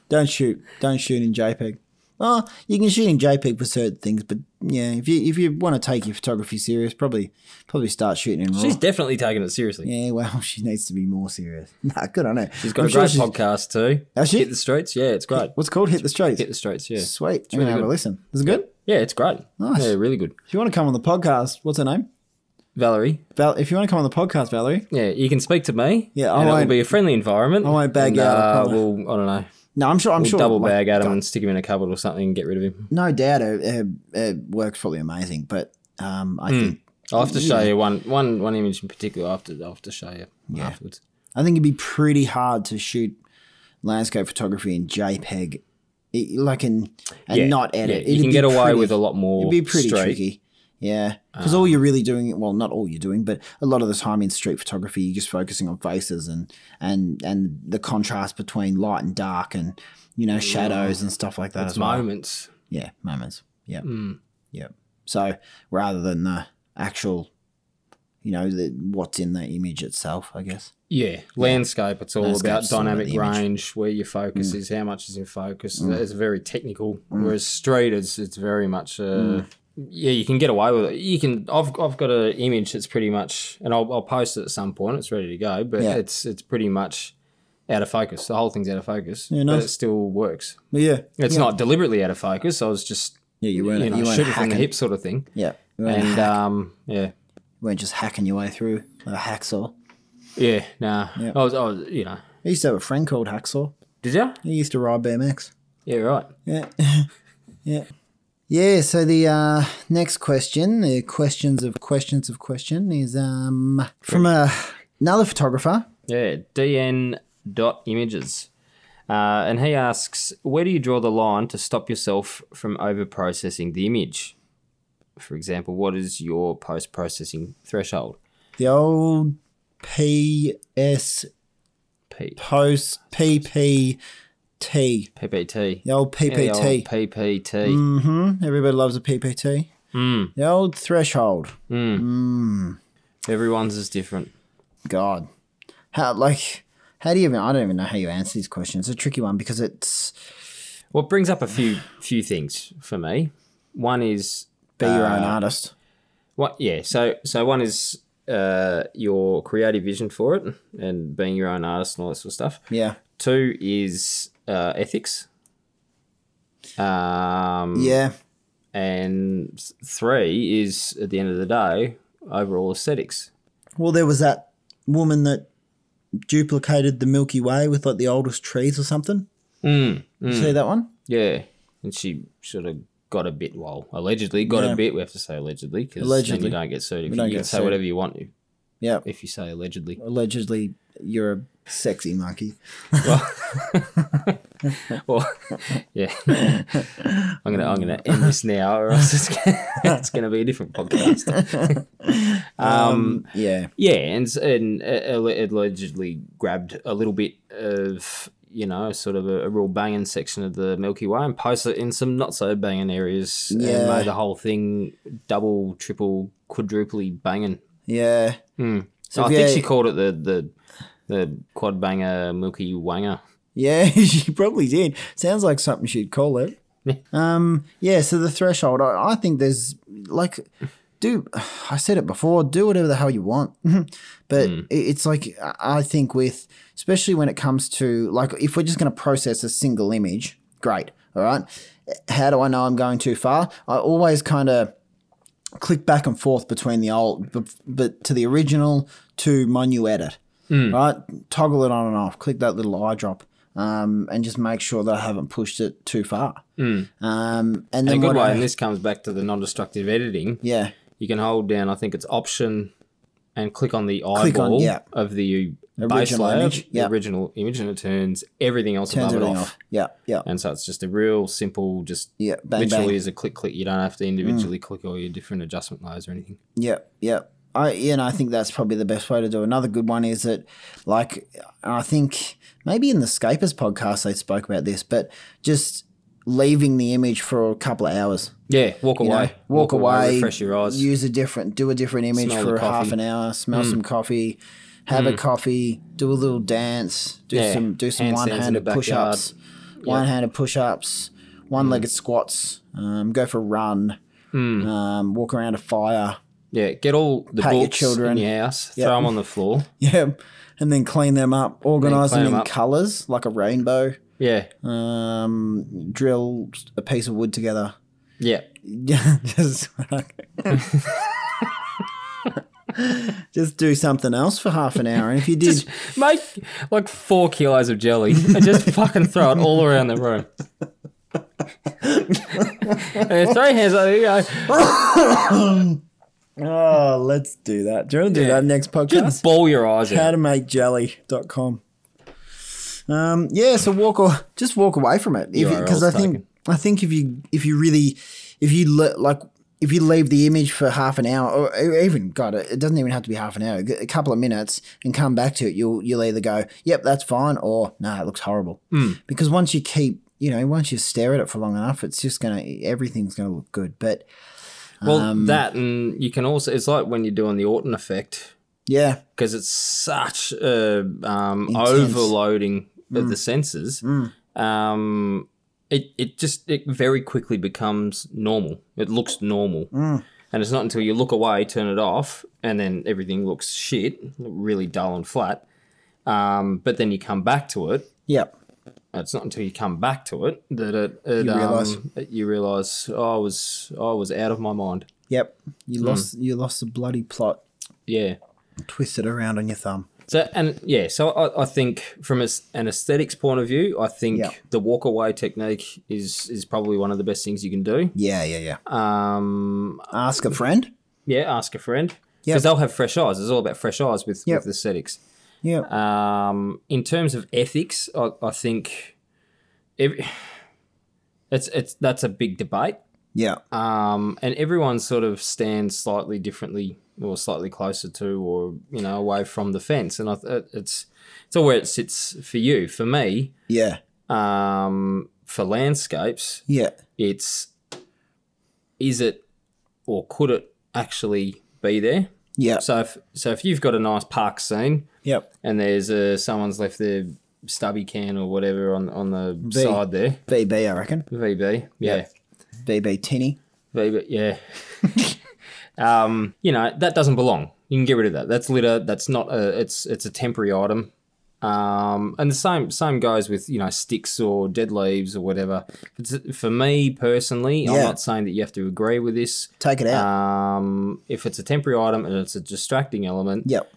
Speaker 2: don't shoot, don't shoot in JPEG. Oh, you can shoot in JPEG for certain things, but yeah, if you if you want to take your photography serious, probably probably start shooting in RAW.
Speaker 1: She's definitely taking it seriously.
Speaker 2: yeah, well, she needs to be more serious. Nah, good on her.
Speaker 1: She's got
Speaker 2: I'm
Speaker 1: a
Speaker 2: sure
Speaker 1: great
Speaker 2: she's-
Speaker 1: podcast too.
Speaker 2: Has she?
Speaker 1: Hit the streets. Yeah, it's great.
Speaker 2: What's it called Hit the Streets?
Speaker 1: Hit the streets. Yeah,
Speaker 2: Sweet, I'm gonna
Speaker 1: really
Speaker 2: have a
Speaker 1: good.
Speaker 2: listen. Is it good?
Speaker 1: yeah, it's great.
Speaker 2: Nice.
Speaker 1: Yeah, really good.
Speaker 2: If you want to come on the podcast, what's her name?
Speaker 1: Valerie.
Speaker 2: Val- if you want to come on the podcast, Valerie,
Speaker 1: Yeah, you can speak to me.
Speaker 2: Yeah,
Speaker 1: and
Speaker 2: I
Speaker 1: it'll
Speaker 2: won't-
Speaker 1: be a friendly environment. I
Speaker 2: won't bag you out, I promise.
Speaker 1: we'll, I don't know.
Speaker 2: No, I'm sure. I'm
Speaker 1: We'll
Speaker 2: sure.
Speaker 1: double
Speaker 2: like,
Speaker 1: bag Adam and stick him in a cupboard or something and get rid of him.
Speaker 2: No doubt, her, her, her work's probably amazing, but um,
Speaker 1: Hmm.
Speaker 2: I think
Speaker 1: I'll have to show you one, one, one image in particular. I have to, I'll have to show you afterwards.
Speaker 2: I think it'd be pretty hard to shoot landscape photography in JPEG, i- like in and
Speaker 1: Yeah,
Speaker 2: not edit.
Speaker 1: yeah, you
Speaker 2: It'd
Speaker 1: can
Speaker 2: be
Speaker 1: get away
Speaker 2: pretty-
Speaker 1: with a lot more.
Speaker 2: It'd be pretty
Speaker 1: straight. Um,
Speaker 2: tricky. Yeah, because all you're really doing, well, not all you're doing, but a lot of the time in street photography, you're just focusing on faces and and and the contrast between light and dark, and you know shadows and stuff like that as well.
Speaker 1: moments. Mm.
Speaker 2: Yeah, moments. Yeah. Yeah. So rather than the actual, you know, the, what's in the image itself, I guess.
Speaker 1: Yeah, landscape. It's all about
Speaker 2: Landscape's all about
Speaker 1: dynamic
Speaker 2: the image. Mm.
Speaker 1: range, where your focus is, how much is in focus. It's very technical. Whereas street, it's it's very much. Uh,
Speaker 2: Mm.
Speaker 1: Yeah, you can get away with it. You can. I've I've got an image that's pretty much, and I'll, I'll post it at some point. It's ready to go, but
Speaker 2: Yeah.
Speaker 1: it's it's pretty much out of focus. The whole thing's out of focus,
Speaker 2: Yeah,
Speaker 1: but
Speaker 2: nice.
Speaker 1: it still works.
Speaker 2: yeah.
Speaker 1: It's not deliberately out of focus. I was just
Speaker 2: Yeah, you
Speaker 1: you
Speaker 2: weren't,
Speaker 1: know
Speaker 2: you weren't
Speaker 1: shooting from the
Speaker 2: hacking.
Speaker 1: hip sort of thing,
Speaker 2: Yeah. You weren't,
Speaker 1: and um yeah.
Speaker 2: you weren't just hacking your way through like a hacksaw.
Speaker 1: Yeah, nah. I was, I was, you know.
Speaker 2: I used to have a friend called Hacksaw.
Speaker 1: Did you?
Speaker 2: He used to ride BMX.
Speaker 1: Yeah, right.
Speaker 2: Yeah. yeah. Yeah, so the uh, next question, the questions of questions of question is um, from a, another photographer.
Speaker 1: Yeah, DN dot images, uh, and he asks, where do you draw the line to stop yourself from over processing the image? For example, what is your post processing threshold?
Speaker 2: The old PS
Speaker 1: P-
Speaker 2: post PPT. The
Speaker 1: PPT.
Speaker 2: old
Speaker 1: Yeah, the
Speaker 2: PPT.
Speaker 1: old PPT.
Speaker 2: hmm Everybody loves a PPT.
Speaker 1: Mm.
Speaker 2: The old threshold.
Speaker 1: Everyone's is different.
Speaker 2: God, how like how do you even? I don't even know how you answer these questions. It's a tricky one because it's
Speaker 1: Well, it brings up a few few things for me. One is
Speaker 2: be your own artist.
Speaker 1: What? Yeah. So so one is uh, your creative vision for it and being your own artist and all that sort of stuff.
Speaker 2: Yeah,
Speaker 1: Two is uh, ethics. Um,
Speaker 2: yeah,
Speaker 1: And th- three is, at the end of the day, overall aesthetics.
Speaker 2: Well, there was that woman that duplicated the Milky Way with like the oldest trees or something. You see that one?
Speaker 1: Yeah. And she sort of got a bit, well, allegedly got
Speaker 2: Yeah.
Speaker 1: a bit. We have to say allegedly because
Speaker 2: Allegedly.
Speaker 1: you don't get sued. If you,
Speaker 2: don't
Speaker 1: you
Speaker 2: get
Speaker 1: can say
Speaker 2: sued.
Speaker 1: whatever you want to
Speaker 2: Yeah.
Speaker 1: if you say allegedly.
Speaker 2: Allegedly, you're a sexy monkey.
Speaker 1: Well, yeah. I'm gonna I'm gonna end this now, or else it's gonna, it's gonna be a different podcast. um,
Speaker 2: Yeah.
Speaker 1: yeah, and s- and uh, alle- allegedly grabbed a little bit of you know sort of a, a real banging section of the Milky Way and posted it in some not so banging areas and
Speaker 2: Yeah.
Speaker 1: made the whole thing double, triple, quadruply banging.
Speaker 2: Yeah.
Speaker 1: So I
Speaker 2: if
Speaker 1: think
Speaker 2: you-
Speaker 1: she called it the the the quad banger Milky Wanger.
Speaker 2: Yeah, she probably did. Sounds like something she'd call it. um, yeah, so the threshold, I, I think there's like, do, I said it before, do whatever the hell you want. but
Speaker 1: Hmm.
Speaker 2: it, it's like, I I think with, especially when it comes to, like, if we're just going to process a single image, great. All right. how do I know I'm going too far? I always kind of click back and forth between the old, but, but to the original to my new edit,
Speaker 1: Hmm.
Speaker 2: right? Toggle it on and off, click that little eye drop, um, and just make sure that I haven't pushed it too far. Um, and
Speaker 1: A
Speaker 2: then
Speaker 1: good
Speaker 2: what
Speaker 1: way,
Speaker 2: I-
Speaker 1: Hmm. and this comes back to the non-destructive editing.
Speaker 2: yeah,
Speaker 1: You can hold down, I think it's Option, and click on the eyeball
Speaker 2: Click on- yeah.
Speaker 1: of the base
Speaker 2: Original
Speaker 1: layer,
Speaker 2: image, yeah.
Speaker 1: the original image, and it turns everything else
Speaker 2: turns
Speaker 1: above it
Speaker 2: everything
Speaker 1: off.
Speaker 2: off. Yeah, yeah,
Speaker 1: And so it's just a real simple, just
Speaker 2: yeah. Bang,
Speaker 1: literally
Speaker 2: bang.
Speaker 1: is a click, click. You don't have to individually click all your different adjustment layers or anything.
Speaker 2: Yep, yep. I you know I think that's probably the best way to do. it. Another good one is that, like, I think maybe in the Scapers podcast they spoke about this, but just leaving the image for a couple of hours.
Speaker 1: Yeah, walk
Speaker 2: you know?
Speaker 1: away.
Speaker 2: walk, away,
Speaker 1: Refresh your eyes.
Speaker 2: Use a different, do a different image
Speaker 1: Smell
Speaker 2: for
Speaker 1: the
Speaker 2: half
Speaker 1: coffee. Hmm.
Speaker 2: an hour. Smell some coffee, have a coffee, do a little dance, do
Speaker 1: Yeah,
Speaker 2: some do some
Speaker 1: handstands in
Speaker 2: one
Speaker 1: the
Speaker 2: handed
Speaker 1: backyard.
Speaker 2: push ups, one handed push ups, one legged
Speaker 1: Hmm.
Speaker 2: squats. Um, go for a run. Um, walk around a fire.
Speaker 1: yeah, get all the
Speaker 2: Pat your
Speaker 1: books
Speaker 2: children.
Speaker 1: in your house, throw 'em throw them on the floor.
Speaker 2: Yeah, and then clean them up, organize
Speaker 1: clean
Speaker 2: them,
Speaker 1: them
Speaker 2: in
Speaker 1: up.
Speaker 2: colors like a rainbow.
Speaker 1: Yeah,
Speaker 2: Um, drill a piece of wood together.
Speaker 1: yeah.
Speaker 2: Yeah, just just do something else for half an hour. And if you did,
Speaker 1: Make like four kilos of jelly and just fucking throw it all around the room. and throw your hands like, you know,
Speaker 2: oh, let's do that. Do you want to do
Speaker 1: Yeah.
Speaker 2: that next
Speaker 1: just
Speaker 2: podcast?
Speaker 1: ball your eyes
Speaker 2: How
Speaker 1: out.
Speaker 2: to make jelly.com. Um, yeah, so walk or just walk away from it because I
Speaker 1: URL's
Speaker 2: think
Speaker 1: taken.
Speaker 2: I think if you if you really if you le- like if you leave the image for half an hour or e- even God it it doesn't even have to be half an hour a couple of minutes and come back to it you'll you'll either go yep that's fine or no it looks horrible because once you keep you know once you stare at it for long enough it's just gonna everything's gonna look good but
Speaker 1: Well,
Speaker 2: um,
Speaker 1: that and you can also, it's like when you're doing the Orton effect
Speaker 2: yeah
Speaker 1: because it's such a um,
Speaker 2: Intense. Mm.
Speaker 1: overloading of the senses. Um, it it just it very quickly becomes normal. It looks normal,
Speaker 2: Mm.
Speaker 1: and it's not until you look away, turn it off, and then everything looks shit, really dull and flat. Um, but then you come back to it.
Speaker 2: yep
Speaker 1: It's not until you come back to it that it, it
Speaker 2: You
Speaker 1: um,
Speaker 2: realise.
Speaker 1: you realize oh, I was I was out of my mind.
Speaker 2: yep you lost you lost the bloody plot
Speaker 1: Yeah.
Speaker 2: twist it around on your thumb
Speaker 1: So and yeah, so I, I think from a s an aesthetics point of view, I think
Speaker 2: Yeah.
Speaker 1: the walk away technique is is probably one of the best things you can do.
Speaker 2: yeah yeah yeah
Speaker 1: Uh, Um,
Speaker 2: ask a friend
Speaker 1: yeah, ask a friend because
Speaker 2: Yeah.
Speaker 1: they'll have fresh eyes. It's all about fresh eyes with
Speaker 2: Yep.
Speaker 1: with aesthetics.
Speaker 2: yeah
Speaker 1: Um, in terms of ethics, I, I think every, it's it's that's a big debate,
Speaker 2: Yeah.
Speaker 1: um, and everyone sort of stands slightly differently or slightly closer to or you know away from the fence, and I, it, it's it's all where it sits for you. For me,
Speaker 2: Yeah.
Speaker 1: um, for landscapes,
Speaker 2: Yeah.
Speaker 1: it's is it or could it actually be there?
Speaker 2: Yeah.
Speaker 1: So if so if you've got a nice park scene
Speaker 2: Yep.
Speaker 1: and there's uh, someone's left their stubby can or whatever on on the side there,
Speaker 2: VB, I reckon.
Speaker 1: VB, yeah,
Speaker 2: VB tinny.
Speaker 1: VB, yeah. um, you know that doesn't belong. You can get rid of that. That's litter. That's not a. It's it's a temporary item. Um, and the same same goes with you know sticks or dead leaves or whatever. It's, for me personally, I'm
Speaker 2: Yeah.
Speaker 1: not saying that you have to agree with this.
Speaker 2: Take it
Speaker 1: Uh,
Speaker 2: out.
Speaker 1: Um, if it's a temporary item and it's a distracting element,
Speaker 2: yep.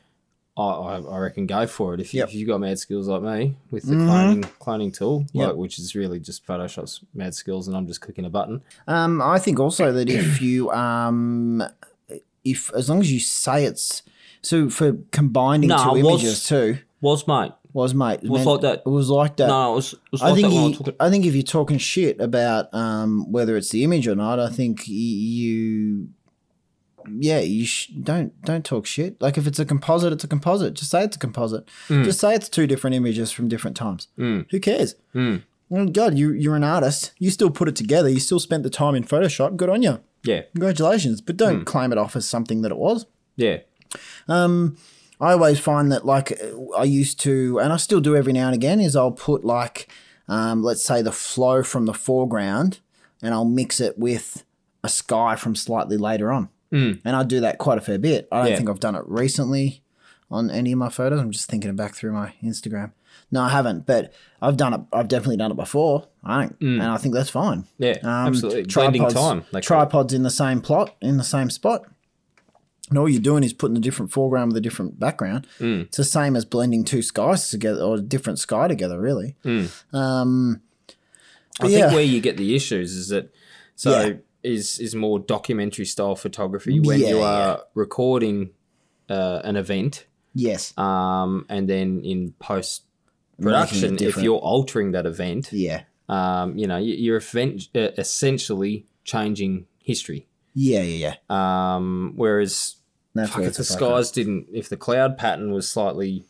Speaker 1: I, I I reckon go for it. If, you,
Speaker 2: Yep. Mm-hmm.
Speaker 1: if you've got mad skills like me with the cloning cloning tool, like, which is really just Photoshop's mad skills, and I'm just clicking a button.
Speaker 2: Um, I think also that if you um, if as long as you say it's so for combining
Speaker 1: No,
Speaker 2: two
Speaker 1: it was-
Speaker 2: images too
Speaker 1: Was mate?
Speaker 2: was mate it
Speaker 1: was like that.
Speaker 2: It was like Oh, that.
Speaker 1: No, it was, it was
Speaker 2: I
Speaker 1: not
Speaker 2: think
Speaker 1: that one. I
Speaker 2: you-
Speaker 1: took it.
Speaker 2: I think if you're talking shit about um, whether it's the image or not, I think y- you yeah you sh- don't don't talk shit. Like if it's a composite, it's a composite. Just say it's a composite. Just say it's two different images from different times. Who cares? Oh, God, you you're an artist. You still put it together. You still spent the time in Photoshop. Good on you.
Speaker 1: Yeah,
Speaker 2: Congratulations. But don't claim it off as something that it was.
Speaker 1: yeah,
Speaker 2: Um, I always find that like I used to, and I still do every now and again, is I'll put like, um, let's say the flow from the foreground, and I'll mix it with a sky from slightly later on, mm. and I do that quite a fair bit. I don't
Speaker 1: Yeah.
Speaker 2: think I've done it recently. on any of my photos. I'm just thinking back through my Instagram. No, I haven't, but I've done it. I've definitely done it before. I don't, and I think that's fine.
Speaker 1: Yeah, absolutely. Blending time, they call it.
Speaker 2: Um, tripods in the same plot, in the same spot. And all you're doing is putting a different foreground with a different background.
Speaker 1: Mm.
Speaker 2: It's the same as blending two skies together or a different sky together, really.
Speaker 1: Mm.
Speaker 2: Um,
Speaker 1: I
Speaker 2: yeah.
Speaker 1: think where you get the issues is that so
Speaker 2: Yeah.
Speaker 1: is is more documentary style photography when
Speaker 2: Yeah,
Speaker 1: you are recording uh, an event
Speaker 2: yes.
Speaker 1: um, and then in post production if
Speaker 2: different.
Speaker 1: you're altering that event
Speaker 2: Yeah.
Speaker 1: um, you know you- you're event- uh, essentially changing history
Speaker 2: Yeah, yeah, yeah.
Speaker 1: um, whereas
Speaker 2: That's
Speaker 1: fuck,
Speaker 2: where
Speaker 1: if the
Speaker 2: it's a fucker.
Speaker 1: skies didn't if the cloud pattern was slightly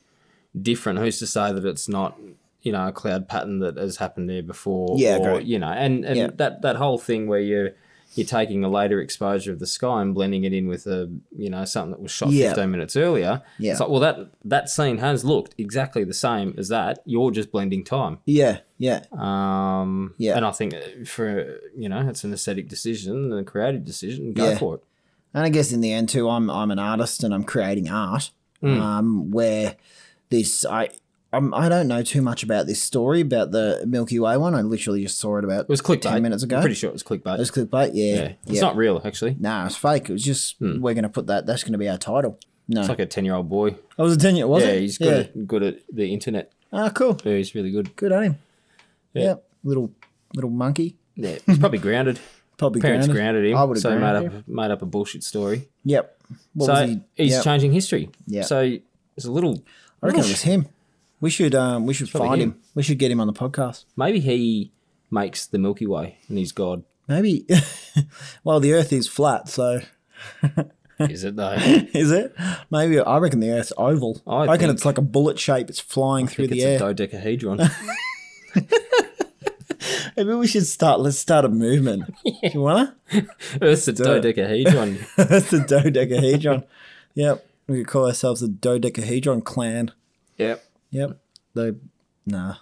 Speaker 1: different who's to say that it's not you know a cloud pattern that has happened there before
Speaker 2: Yeah,
Speaker 1: or,
Speaker 2: agree.
Speaker 1: you know and and
Speaker 2: Yeah.
Speaker 1: that that whole thing where you're you're taking a later exposure of the sky and blending it in with a you know something that was shot
Speaker 2: Yeah.
Speaker 1: 15 minutes earlier
Speaker 2: Yeah.
Speaker 1: it's like well that that scene has looked exactly the same as that you're just blending time
Speaker 2: Yeah, yeah,
Speaker 1: um
Speaker 2: Yeah.
Speaker 1: and i think for you know it's an aesthetic decision and a creative decision go
Speaker 2: Yeah.
Speaker 1: for it
Speaker 2: and I guess in the end too, I'm I'm an artist and I'm creating art.
Speaker 1: Mm.
Speaker 2: Um, where this I I'm, I don't know too much about this story about the Milky Way one. I literally just saw it about
Speaker 1: it was clickbait
Speaker 2: ten minutes ago.
Speaker 1: I'm pretty sure it was clickbait
Speaker 2: It was clickbait. Yeah,
Speaker 1: Yeah.
Speaker 2: yeah.
Speaker 1: It's not real, actually.
Speaker 2: nah, it's fake. It was just we're gonna put that. That's gonna be our title.
Speaker 1: Hmm.
Speaker 2: No,
Speaker 1: It's like a 10 year old boy.
Speaker 2: I was a ten year. Was
Speaker 1: yeah,
Speaker 2: it?
Speaker 1: he's good, At, good at the internet.
Speaker 2: Ah, cool.
Speaker 1: Yeah, he's really good.
Speaker 2: Good on him.
Speaker 1: Yeah.
Speaker 2: Yep. Little little monkey.
Speaker 1: Yeah, he's probably grounded.
Speaker 2: Probably
Speaker 1: Parents
Speaker 2: grounded.
Speaker 1: grounded, him.
Speaker 2: I would have
Speaker 1: so he
Speaker 2: grounded
Speaker 1: made up, made up a bullshit story.
Speaker 2: Yep. What
Speaker 1: so
Speaker 2: was he?
Speaker 1: he's
Speaker 2: yep.
Speaker 1: changing history.
Speaker 2: Yeah.
Speaker 1: So it's a little.
Speaker 2: I reckon it was him. We should um we should
Speaker 1: probably
Speaker 2: find
Speaker 1: him.
Speaker 2: him. We should get him on the podcast.
Speaker 1: Maybe he makes the Milky Way and he's God.
Speaker 2: Maybe. well, the Earth is flat, so
Speaker 1: Is it though?
Speaker 2: is it? Maybe I reckon the Earth's oval.
Speaker 1: I
Speaker 2: I, reckon
Speaker 1: think-
Speaker 2: it's like a bullet shape. It's flying through
Speaker 1: it's
Speaker 2: the air.
Speaker 1: a dodecahedron.
Speaker 2: Maybe we should start. Let's start a movement. Do you wanna?
Speaker 1: Earth's a
Speaker 2: it.
Speaker 1: dodecahedron.
Speaker 2: That's the dodecahedron. yep. We could call ourselves the dodecahedron clan.
Speaker 1: yep.
Speaker 2: Yep. Though, nah.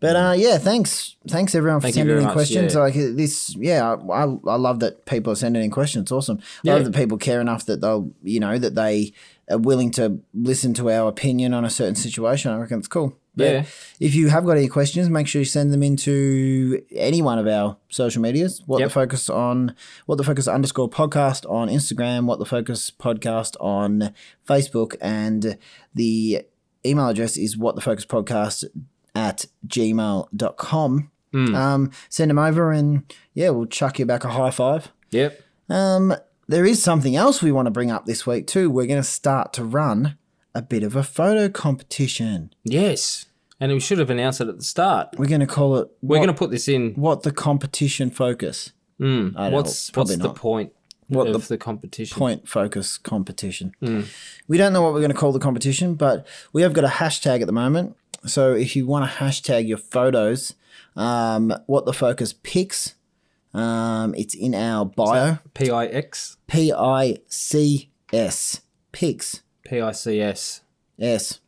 Speaker 2: But uh, yeah, thanks, thanks everyone for
Speaker 1: Thank you
Speaker 2: sending
Speaker 1: very
Speaker 2: in
Speaker 1: much,
Speaker 2: questions.
Speaker 1: yeah.
Speaker 2: Like uh, this, yeah, I, I I love that people are sending in questions. It's awesome. I
Speaker 1: Yeah.
Speaker 2: love that people care enough that they'll, you know, that they are willing to listen to our opinion on a certain situation. I reckon it's cool. But
Speaker 1: Yeah.
Speaker 2: If you have got any questions, make sure you send them into any one of our social medias. What
Speaker 1: Yep.
Speaker 2: the focus on, what the focus underscore podcast on Instagram, what the focus podcast on Facebook, and the email address is what the focus podcast at gmail.com.
Speaker 1: Mm.
Speaker 2: Um, send them over and yeah, we'll chuck you back a high five.
Speaker 1: Yep.
Speaker 2: Um, there is something else we want to bring up this week too. We're going to start to run a bit of a photo competition.
Speaker 1: Yes. And we should have announced it at the start.
Speaker 2: We're going to call it
Speaker 1: We're
Speaker 2: what,
Speaker 1: going to put this in.
Speaker 2: what the competition focus
Speaker 1: Mm,
Speaker 2: I don't know,
Speaker 1: what's
Speaker 2: probably
Speaker 1: what's the
Speaker 2: not.
Speaker 1: point
Speaker 2: What
Speaker 1: of the, competition?
Speaker 2: point focus competition. We don't know what we're going to call the competition, but we have got a hashtag at the moment. So if you want to hashtag your photos, um, what the focus picks, um, it's in our bio.
Speaker 1: PIX?
Speaker 2: P I C S pics.
Speaker 1: PICS.
Speaker 2: Yes.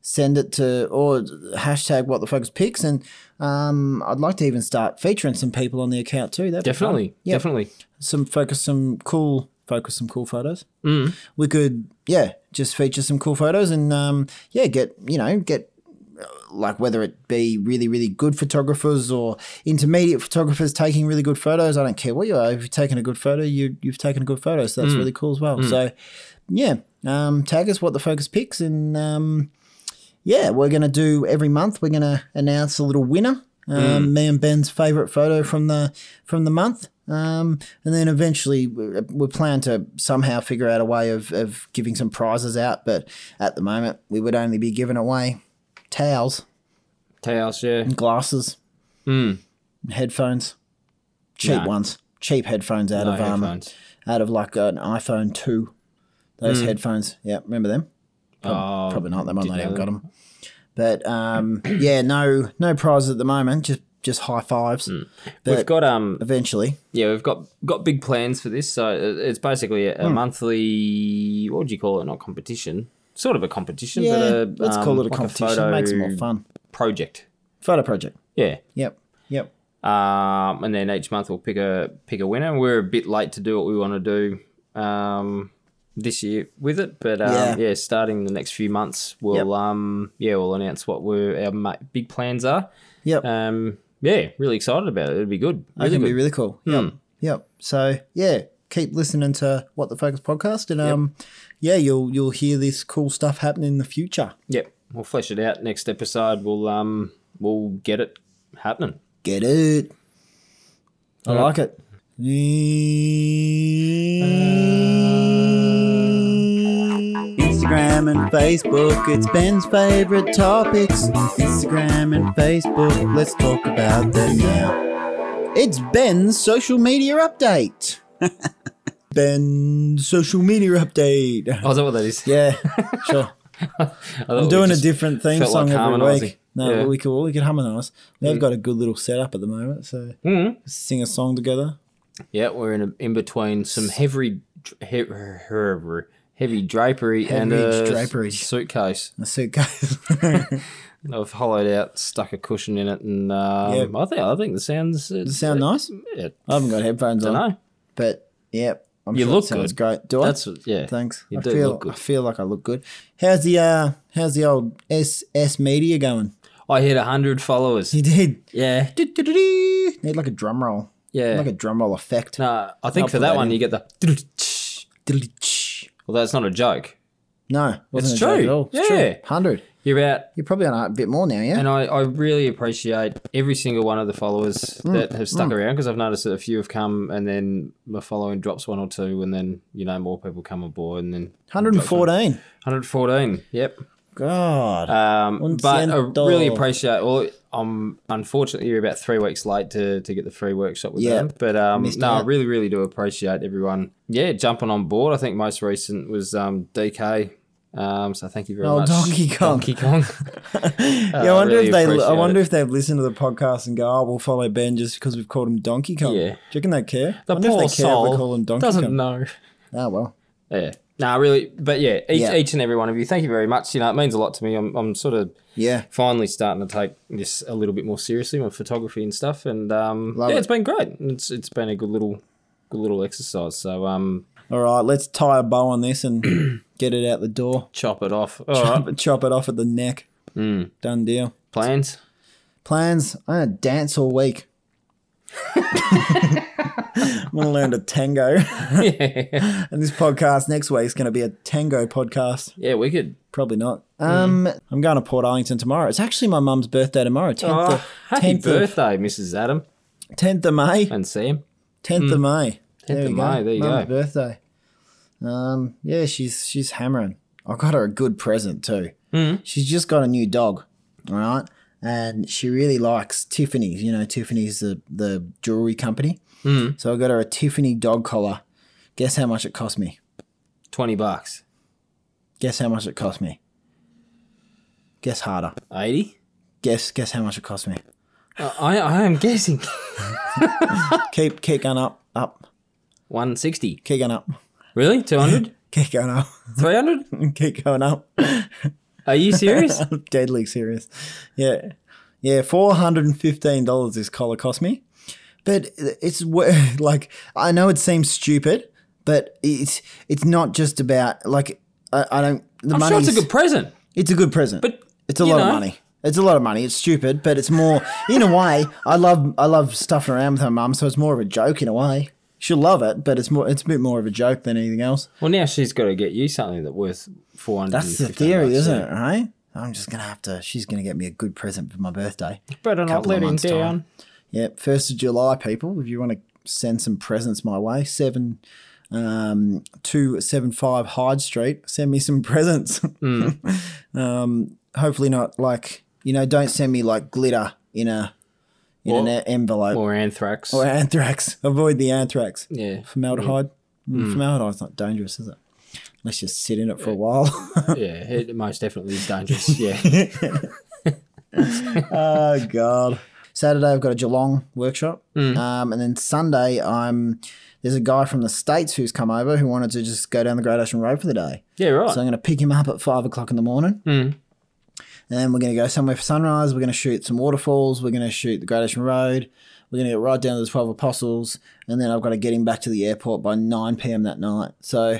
Speaker 2: Send it to or hashtag what the focus picks, and um, I'd like to even start featuring some people on the account too. That
Speaker 1: Definitely,
Speaker 2: Yeah.
Speaker 1: definitely.
Speaker 2: some focus some cool focus some cool photos. Mm. We could yeah just feature some cool photos and um, yeah get you know get uh, like whether it be really really good photographers or intermediate photographers taking really good photos. I don't care what you are. If you've taken a good photo, you you've taken a good photo, so that's really cool as well. So yeah, um, tag us what the focus picks and. Um, yeah, we're going to do every month. We're going to announce a little winner. Um, Me and Ben's favorite photo from the from the month, um, and then eventually we we plan to somehow figure out a way of, of giving some prizes out. But at the moment, we would only be giving away towels,
Speaker 1: Tails, yeah.
Speaker 2: glasses, headphones, cheap ones, cheap headphones out
Speaker 1: No
Speaker 2: of um,
Speaker 1: headphones.
Speaker 2: out of like an iPhone two. Those headphones, yeah, remember them?
Speaker 1: oh,
Speaker 2: Probably not. They might
Speaker 1: didn't
Speaker 2: not
Speaker 1: know
Speaker 2: even got
Speaker 1: that.
Speaker 2: them. But um, yeah, no, no prizes at the moment. Just just high fives. But
Speaker 1: Mm. We've got um,
Speaker 2: eventually,
Speaker 1: yeah, we've got got big plans for this. So it- it's basically a,
Speaker 2: Hmm.
Speaker 1: a monthly. What would you call it? Not competition. Sort of a competition,
Speaker 2: yeah,
Speaker 1: but a,
Speaker 2: let's
Speaker 1: um,
Speaker 2: call it a
Speaker 1: like
Speaker 2: competition.
Speaker 1: photo
Speaker 2: Makes it more fun.
Speaker 1: project.
Speaker 2: Photo project.
Speaker 1: Yeah.
Speaker 2: Yep, yep.
Speaker 1: Um, and then each month we'll pick a pick a winner. We're a bit late to do what we want to do. Um, this year with it, but um,
Speaker 2: Yeah.
Speaker 1: yeah. starting the next few months, we'll
Speaker 2: Yep.
Speaker 1: um, yeah, we'll announce what we're, our ma- big plans are.
Speaker 2: Yep.
Speaker 1: Um, yeah, really excited about it. It'll be good. Really
Speaker 2: That can
Speaker 1: good. Hmm.
Speaker 2: be really cool. Yep. Yep. So yeah, keep listening to What the Focus podcast, and um, yeah, you'll you'll hear this cool stuff happening in the future.
Speaker 1: Yep, we'll flesh it out next episode. We'll um, we'll get it happening.
Speaker 2: Get it? I
Speaker 1: Yeah.
Speaker 2: like it. Instagram and Facebook, it's Ben's favorite topics. Instagram and Facebook, let's talk about them now. It's Ben's social media update. Ben's social media update.
Speaker 1: Oh, is that what that is?
Speaker 2: Yeah, sure.
Speaker 1: I thought
Speaker 2: I'm
Speaker 1: we
Speaker 2: doing a
Speaker 1: just-
Speaker 2: different theme
Speaker 1: felt
Speaker 2: song
Speaker 1: like
Speaker 2: every
Speaker 1: harmonising.
Speaker 2: week. No,
Speaker 1: Yeah. Mm.
Speaker 2: but we could we could harmonise. They've got a good little setup at the moment, so sing a song together.
Speaker 1: Yeah, we're in a, in between some heavy dr- he, heavy drapery and
Speaker 2: Heavy
Speaker 1: a
Speaker 2: drapery.
Speaker 1: suitcase.
Speaker 2: A suitcase.
Speaker 1: I've hollowed out, stuck a cushion in it, and um,
Speaker 2: Yep.
Speaker 1: I think I think the sounds it,
Speaker 2: Sound nice?
Speaker 1: Yeah,
Speaker 2: I haven't got headphones
Speaker 1: I
Speaker 2: on,
Speaker 1: don't know.
Speaker 2: but yeah, I'm
Speaker 1: You
Speaker 2: sure
Speaker 1: look
Speaker 2: it sounds
Speaker 1: good.
Speaker 2: great. Do
Speaker 1: That's
Speaker 2: I?
Speaker 1: what- yeah.
Speaker 2: Thanks.
Speaker 1: You
Speaker 2: I
Speaker 1: do
Speaker 2: feel
Speaker 1: look good.
Speaker 2: I feel like I look good. How's the uh how's the old SS media going?
Speaker 1: I hit hundred followers.
Speaker 2: You did.
Speaker 1: Yeah,
Speaker 2: Do-do-do-do. Need like a drum roll,
Speaker 1: yeah.
Speaker 2: like a drum roll effect.
Speaker 1: no, I think
Speaker 2: I'll
Speaker 1: for
Speaker 2: put
Speaker 1: that
Speaker 2: that
Speaker 1: one
Speaker 2: in.
Speaker 1: you get the. Well, that's not a joke.
Speaker 2: No,
Speaker 1: It's
Speaker 2: wasn't a joke
Speaker 1: true.
Speaker 2: at all. It's
Speaker 1: Yeah.
Speaker 2: true. Hundred.
Speaker 1: You're out
Speaker 2: You're probably on a bit more now, yeah.
Speaker 1: And I, I really appreciate every single one of the followers
Speaker 2: Mm.
Speaker 1: that have stuck around because I've noticed that a few have come and then my following drops one or two and then, you know, more people come aboard and then
Speaker 2: 114.
Speaker 1: 114. Yep.
Speaker 2: God.
Speaker 1: Um, but I
Speaker 2: Unciento.
Speaker 1: really appreciate well, I'm unfortunately you're about three weeks late to, to get the free workshop with
Speaker 2: Yeah.
Speaker 1: them. But um,
Speaker 2: Missed
Speaker 1: no, I
Speaker 2: out.
Speaker 1: really, really do appreciate everyone. Yeah, jumping on board. I think most recent was um, DK. Um, so thank you very
Speaker 2: Oh,
Speaker 1: much.
Speaker 2: Donkey Kong.
Speaker 1: Donkey Kong. Uh,
Speaker 2: yeah, I wonder
Speaker 1: really
Speaker 2: if they. I
Speaker 1: appreciate
Speaker 2: wonder if they've listened to the podcast and go, "Oh, we'll follow Ben just because we've called him Donkey Kong."
Speaker 1: Yeah.
Speaker 2: Do you reckon they care?
Speaker 1: the
Speaker 2: I wonder if
Speaker 1: poor
Speaker 2: they care if
Speaker 1: soul
Speaker 2: we call him Donkey
Speaker 1: doesn't
Speaker 2: Kong.
Speaker 1: know.
Speaker 2: Oh well.
Speaker 1: Yeah. No, really, but yeah each,
Speaker 2: Yeah.
Speaker 1: each and every one of you, thank you very much. You know, it means a lot to me. I'm, I'm sort of
Speaker 2: Yeah.
Speaker 1: finally starting to take this a little bit more seriously, my photography and stuff. And um,
Speaker 2: Love
Speaker 1: yeah, it.
Speaker 2: it.
Speaker 1: has been great. It's it's been a good little good little exercise. So um,
Speaker 2: All right, let's tie a bow on this and get it out the door.
Speaker 1: chop it off. All right, Hmm.
Speaker 2: Chop it off at the neck. Done deal.
Speaker 1: plans.
Speaker 2: Plans? I'm gonna dance all week. I'm gonna learn to tango,
Speaker 1: yeah.
Speaker 2: and this podcast next week is gonna be a tango podcast.
Speaker 1: yeah, we could.
Speaker 2: Probably not.
Speaker 1: Hmm.
Speaker 2: Um, I'm going to Port Arlington tomorrow. It's actually my mum's birthday tomorrow. 10th,
Speaker 1: Oh,
Speaker 2: of,
Speaker 1: happy
Speaker 2: 10th, of,
Speaker 1: birthday, Mrs. Adam
Speaker 2: 10th of May.
Speaker 1: and Sam.
Speaker 2: 10th of May.
Speaker 1: 10th Hmm. of May, there you go.
Speaker 2: mum's birthday. Um, yeah, she's she's hammering. I got her a good present too.
Speaker 1: Hmm.
Speaker 2: Mm. She's just got a new dog, all right? And she really likes Tiffany's. You know, Tiffany's the, the jewelry company.
Speaker 1: Hmm.
Speaker 2: Mm. So I got her a Tiffany dog collar. Guess how much it cost me?
Speaker 1: Twenty bucks.
Speaker 2: Guess how much it cost me? Guess harder.
Speaker 1: Eighty.
Speaker 2: Guess guess how much it cost me?
Speaker 1: I I am guessing
Speaker 2: keep keep going up, up,
Speaker 1: one sixty.
Speaker 2: keep going up,
Speaker 1: Really? 200?
Speaker 2: keep going up,
Speaker 1: 300?
Speaker 2: keep going up.
Speaker 1: Are you serious?
Speaker 2: I'm deadly serious. Yeah, yeah. Four hundred and fifteen dollars this collar cost me, but it's wor- like I know it seems stupid, but it's it's not just about like I, I don't. The
Speaker 1: I'm
Speaker 2: money.
Speaker 1: sure it's a good present,
Speaker 2: It's a good present.
Speaker 1: but
Speaker 2: It's a
Speaker 1: you
Speaker 2: lot
Speaker 1: know.
Speaker 2: of money. It's a lot of money. It's stupid, but it's more in a way. I love I love stuffing around with her mum, so it's more of a joke in a way. She'll love it, but it's more it's a bit more of a joke than anything else.
Speaker 1: Well, now she's got to get you something that worth four hundred.
Speaker 2: That's the theory, isn't it? Right? I'm just gonna have to. She's gonna get me a good present for my birthday.
Speaker 1: Better not
Speaker 2: Couple of
Speaker 1: let him
Speaker 2: months' time.
Speaker 1: down.
Speaker 2: Yep, first of July, people. If you want to send some presents my way, seven um two seven five Hyde Street. Send me some presents.
Speaker 1: Hmm.
Speaker 2: um, hopefully not like you know. Don't send me like glitter in a in an
Speaker 1: Or-
Speaker 2: e- envelope
Speaker 1: Or anthrax.
Speaker 2: or anthrax. Avoid the anthrax.
Speaker 1: yeah, Hmm.
Speaker 2: Formaldehyde. Mm, Formaldehyde's not dangerous, is it? Let's just sit in it for a while.
Speaker 1: yeah, it most definitely is dangerous. Yeah,
Speaker 2: oh god. Saturday I've got a Geelong workshop, um, and then Sunday I'm there's a guy from the states who's come over who wanted to just go down the Great Ocean Road for the day.
Speaker 1: yeah, right. Hmm.
Speaker 2: So I'm going to pick him up at five o'clock in the morning, and then we're going to go somewhere for sunrise. We're going to shoot some waterfalls. We're going to shoot the Great Ocean Road. We're going to get right down to the Twelve Apostles, and then I've got to get him back to the airport by nine p.m. that night. So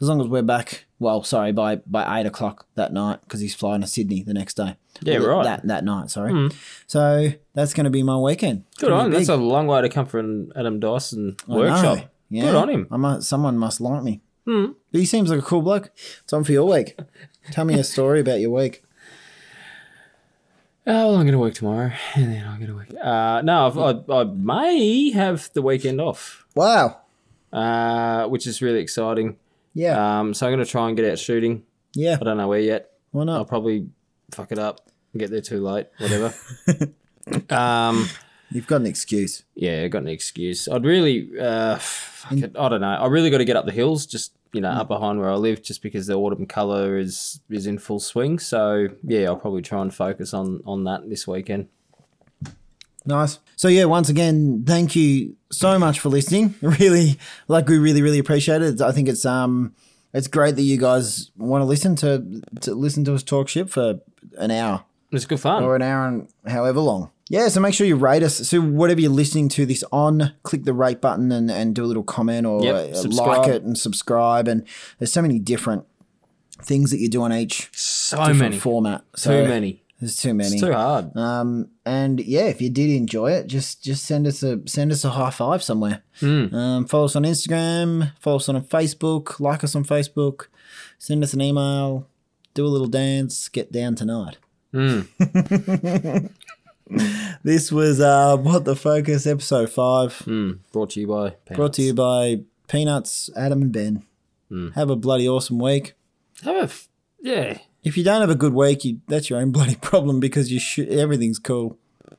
Speaker 2: as long as we're back. Well, sorry, by by eight o'clock that night because he's flying to Sydney the next day.
Speaker 1: Yeah,
Speaker 2: Well,
Speaker 1: right. Hmm.
Speaker 2: That that night, sorry. So that's going to be my weekend.
Speaker 1: Good
Speaker 2: Gonna
Speaker 1: on.
Speaker 2: be
Speaker 1: That's
Speaker 2: big.
Speaker 1: a long way to come from Adam Dyson
Speaker 2: I know.
Speaker 1: workshop.
Speaker 2: Yeah.
Speaker 1: Good on him.
Speaker 2: I might, someone must like me. But he seems like a cool bloke. It's on for your week. Tell me a story about your week.
Speaker 1: Oh, well, I'm going to work tomorrow, and then I'm going to work. Uh, no, I've, I, I may have the weekend off,
Speaker 2: Wow.
Speaker 1: uh, which is really exciting.
Speaker 2: Yeah.
Speaker 1: Um, so I'm going to try and get out shooting.
Speaker 2: yeah.
Speaker 1: I don't know where yet.
Speaker 2: Why
Speaker 1: I'll
Speaker 2: not?
Speaker 1: probably fuck it up and get there too late, whatever. um,
Speaker 2: You've got an excuse.
Speaker 1: yeah, I got an excuse. I'd really, uh, fuck
Speaker 2: Mm.
Speaker 1: it, I don't know. I really got to get up the hills, just you know, up behind where I live, just because the autumn colour is is in full swing. So yeah, I'll probably try and focus on on that this weekend.
Speaker 2: Nice. So yeah, once again, thank you so much for listening. Really, like we really, really appreciate it. I think it's um, it's great that you guys want to listen to to listen to us talk shit for an hour
Speaker 1: It's good fun.
Speaker 2: or an hour and however long. Yeah, so make sure you rate us. So whatever you're listening to this on, click the rate button and, and do a little comment or
Speaker 1: Yep,
Speaker 2: uh, like
Speaker 1: subscribe.
Speaker 2: it and subscribe. And there's so many different things that you do on each
Speaker 1: So
Speaker 2: different
Speaker 1: many,
Speaker 2: format. So
Speaker 1: too many.
Speaker 2: There's too many.
Speaker 1: It's too hard.
Speaker 2: Um, and yeah, if you did enjoy it, just just send us a send us a high five somewhere. Um, follow us on Instagram, follow us on Facebook, like us on Facebook, send us an email, do a little dance, get down tonight.
Speaker 1: Mm.
Speaker 2: This was uh, what the focus episode five,
Speaker 1: Mm. Brought to you by. Peanuts.
Speaker 2: brought to you by Peanuts, Adam and Ben. Have a bloody awesome week.
Speaker 1: Have a f- yeah.
Speaker 2: If you don't have a good week, you, that's your own bloody problem because you sh- everything's cool.
Speaker 1: E-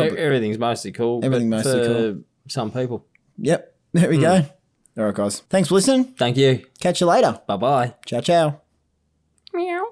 Speaker 1: Everything's mostly cool. but
Speaker 2: Everything mostly
Speaker 1: for
Speaker 2: cool.
Speaker 1: Some people.
Speaker 2: Yep, there we go. All right, guys. Thanks for listening.
Speaker 1: Thank you.
Speaker 2: Catch you later.
Speaker 1: Bye bye.
Speaker 2: Ciao, ciao.
Speaker 1: Meow.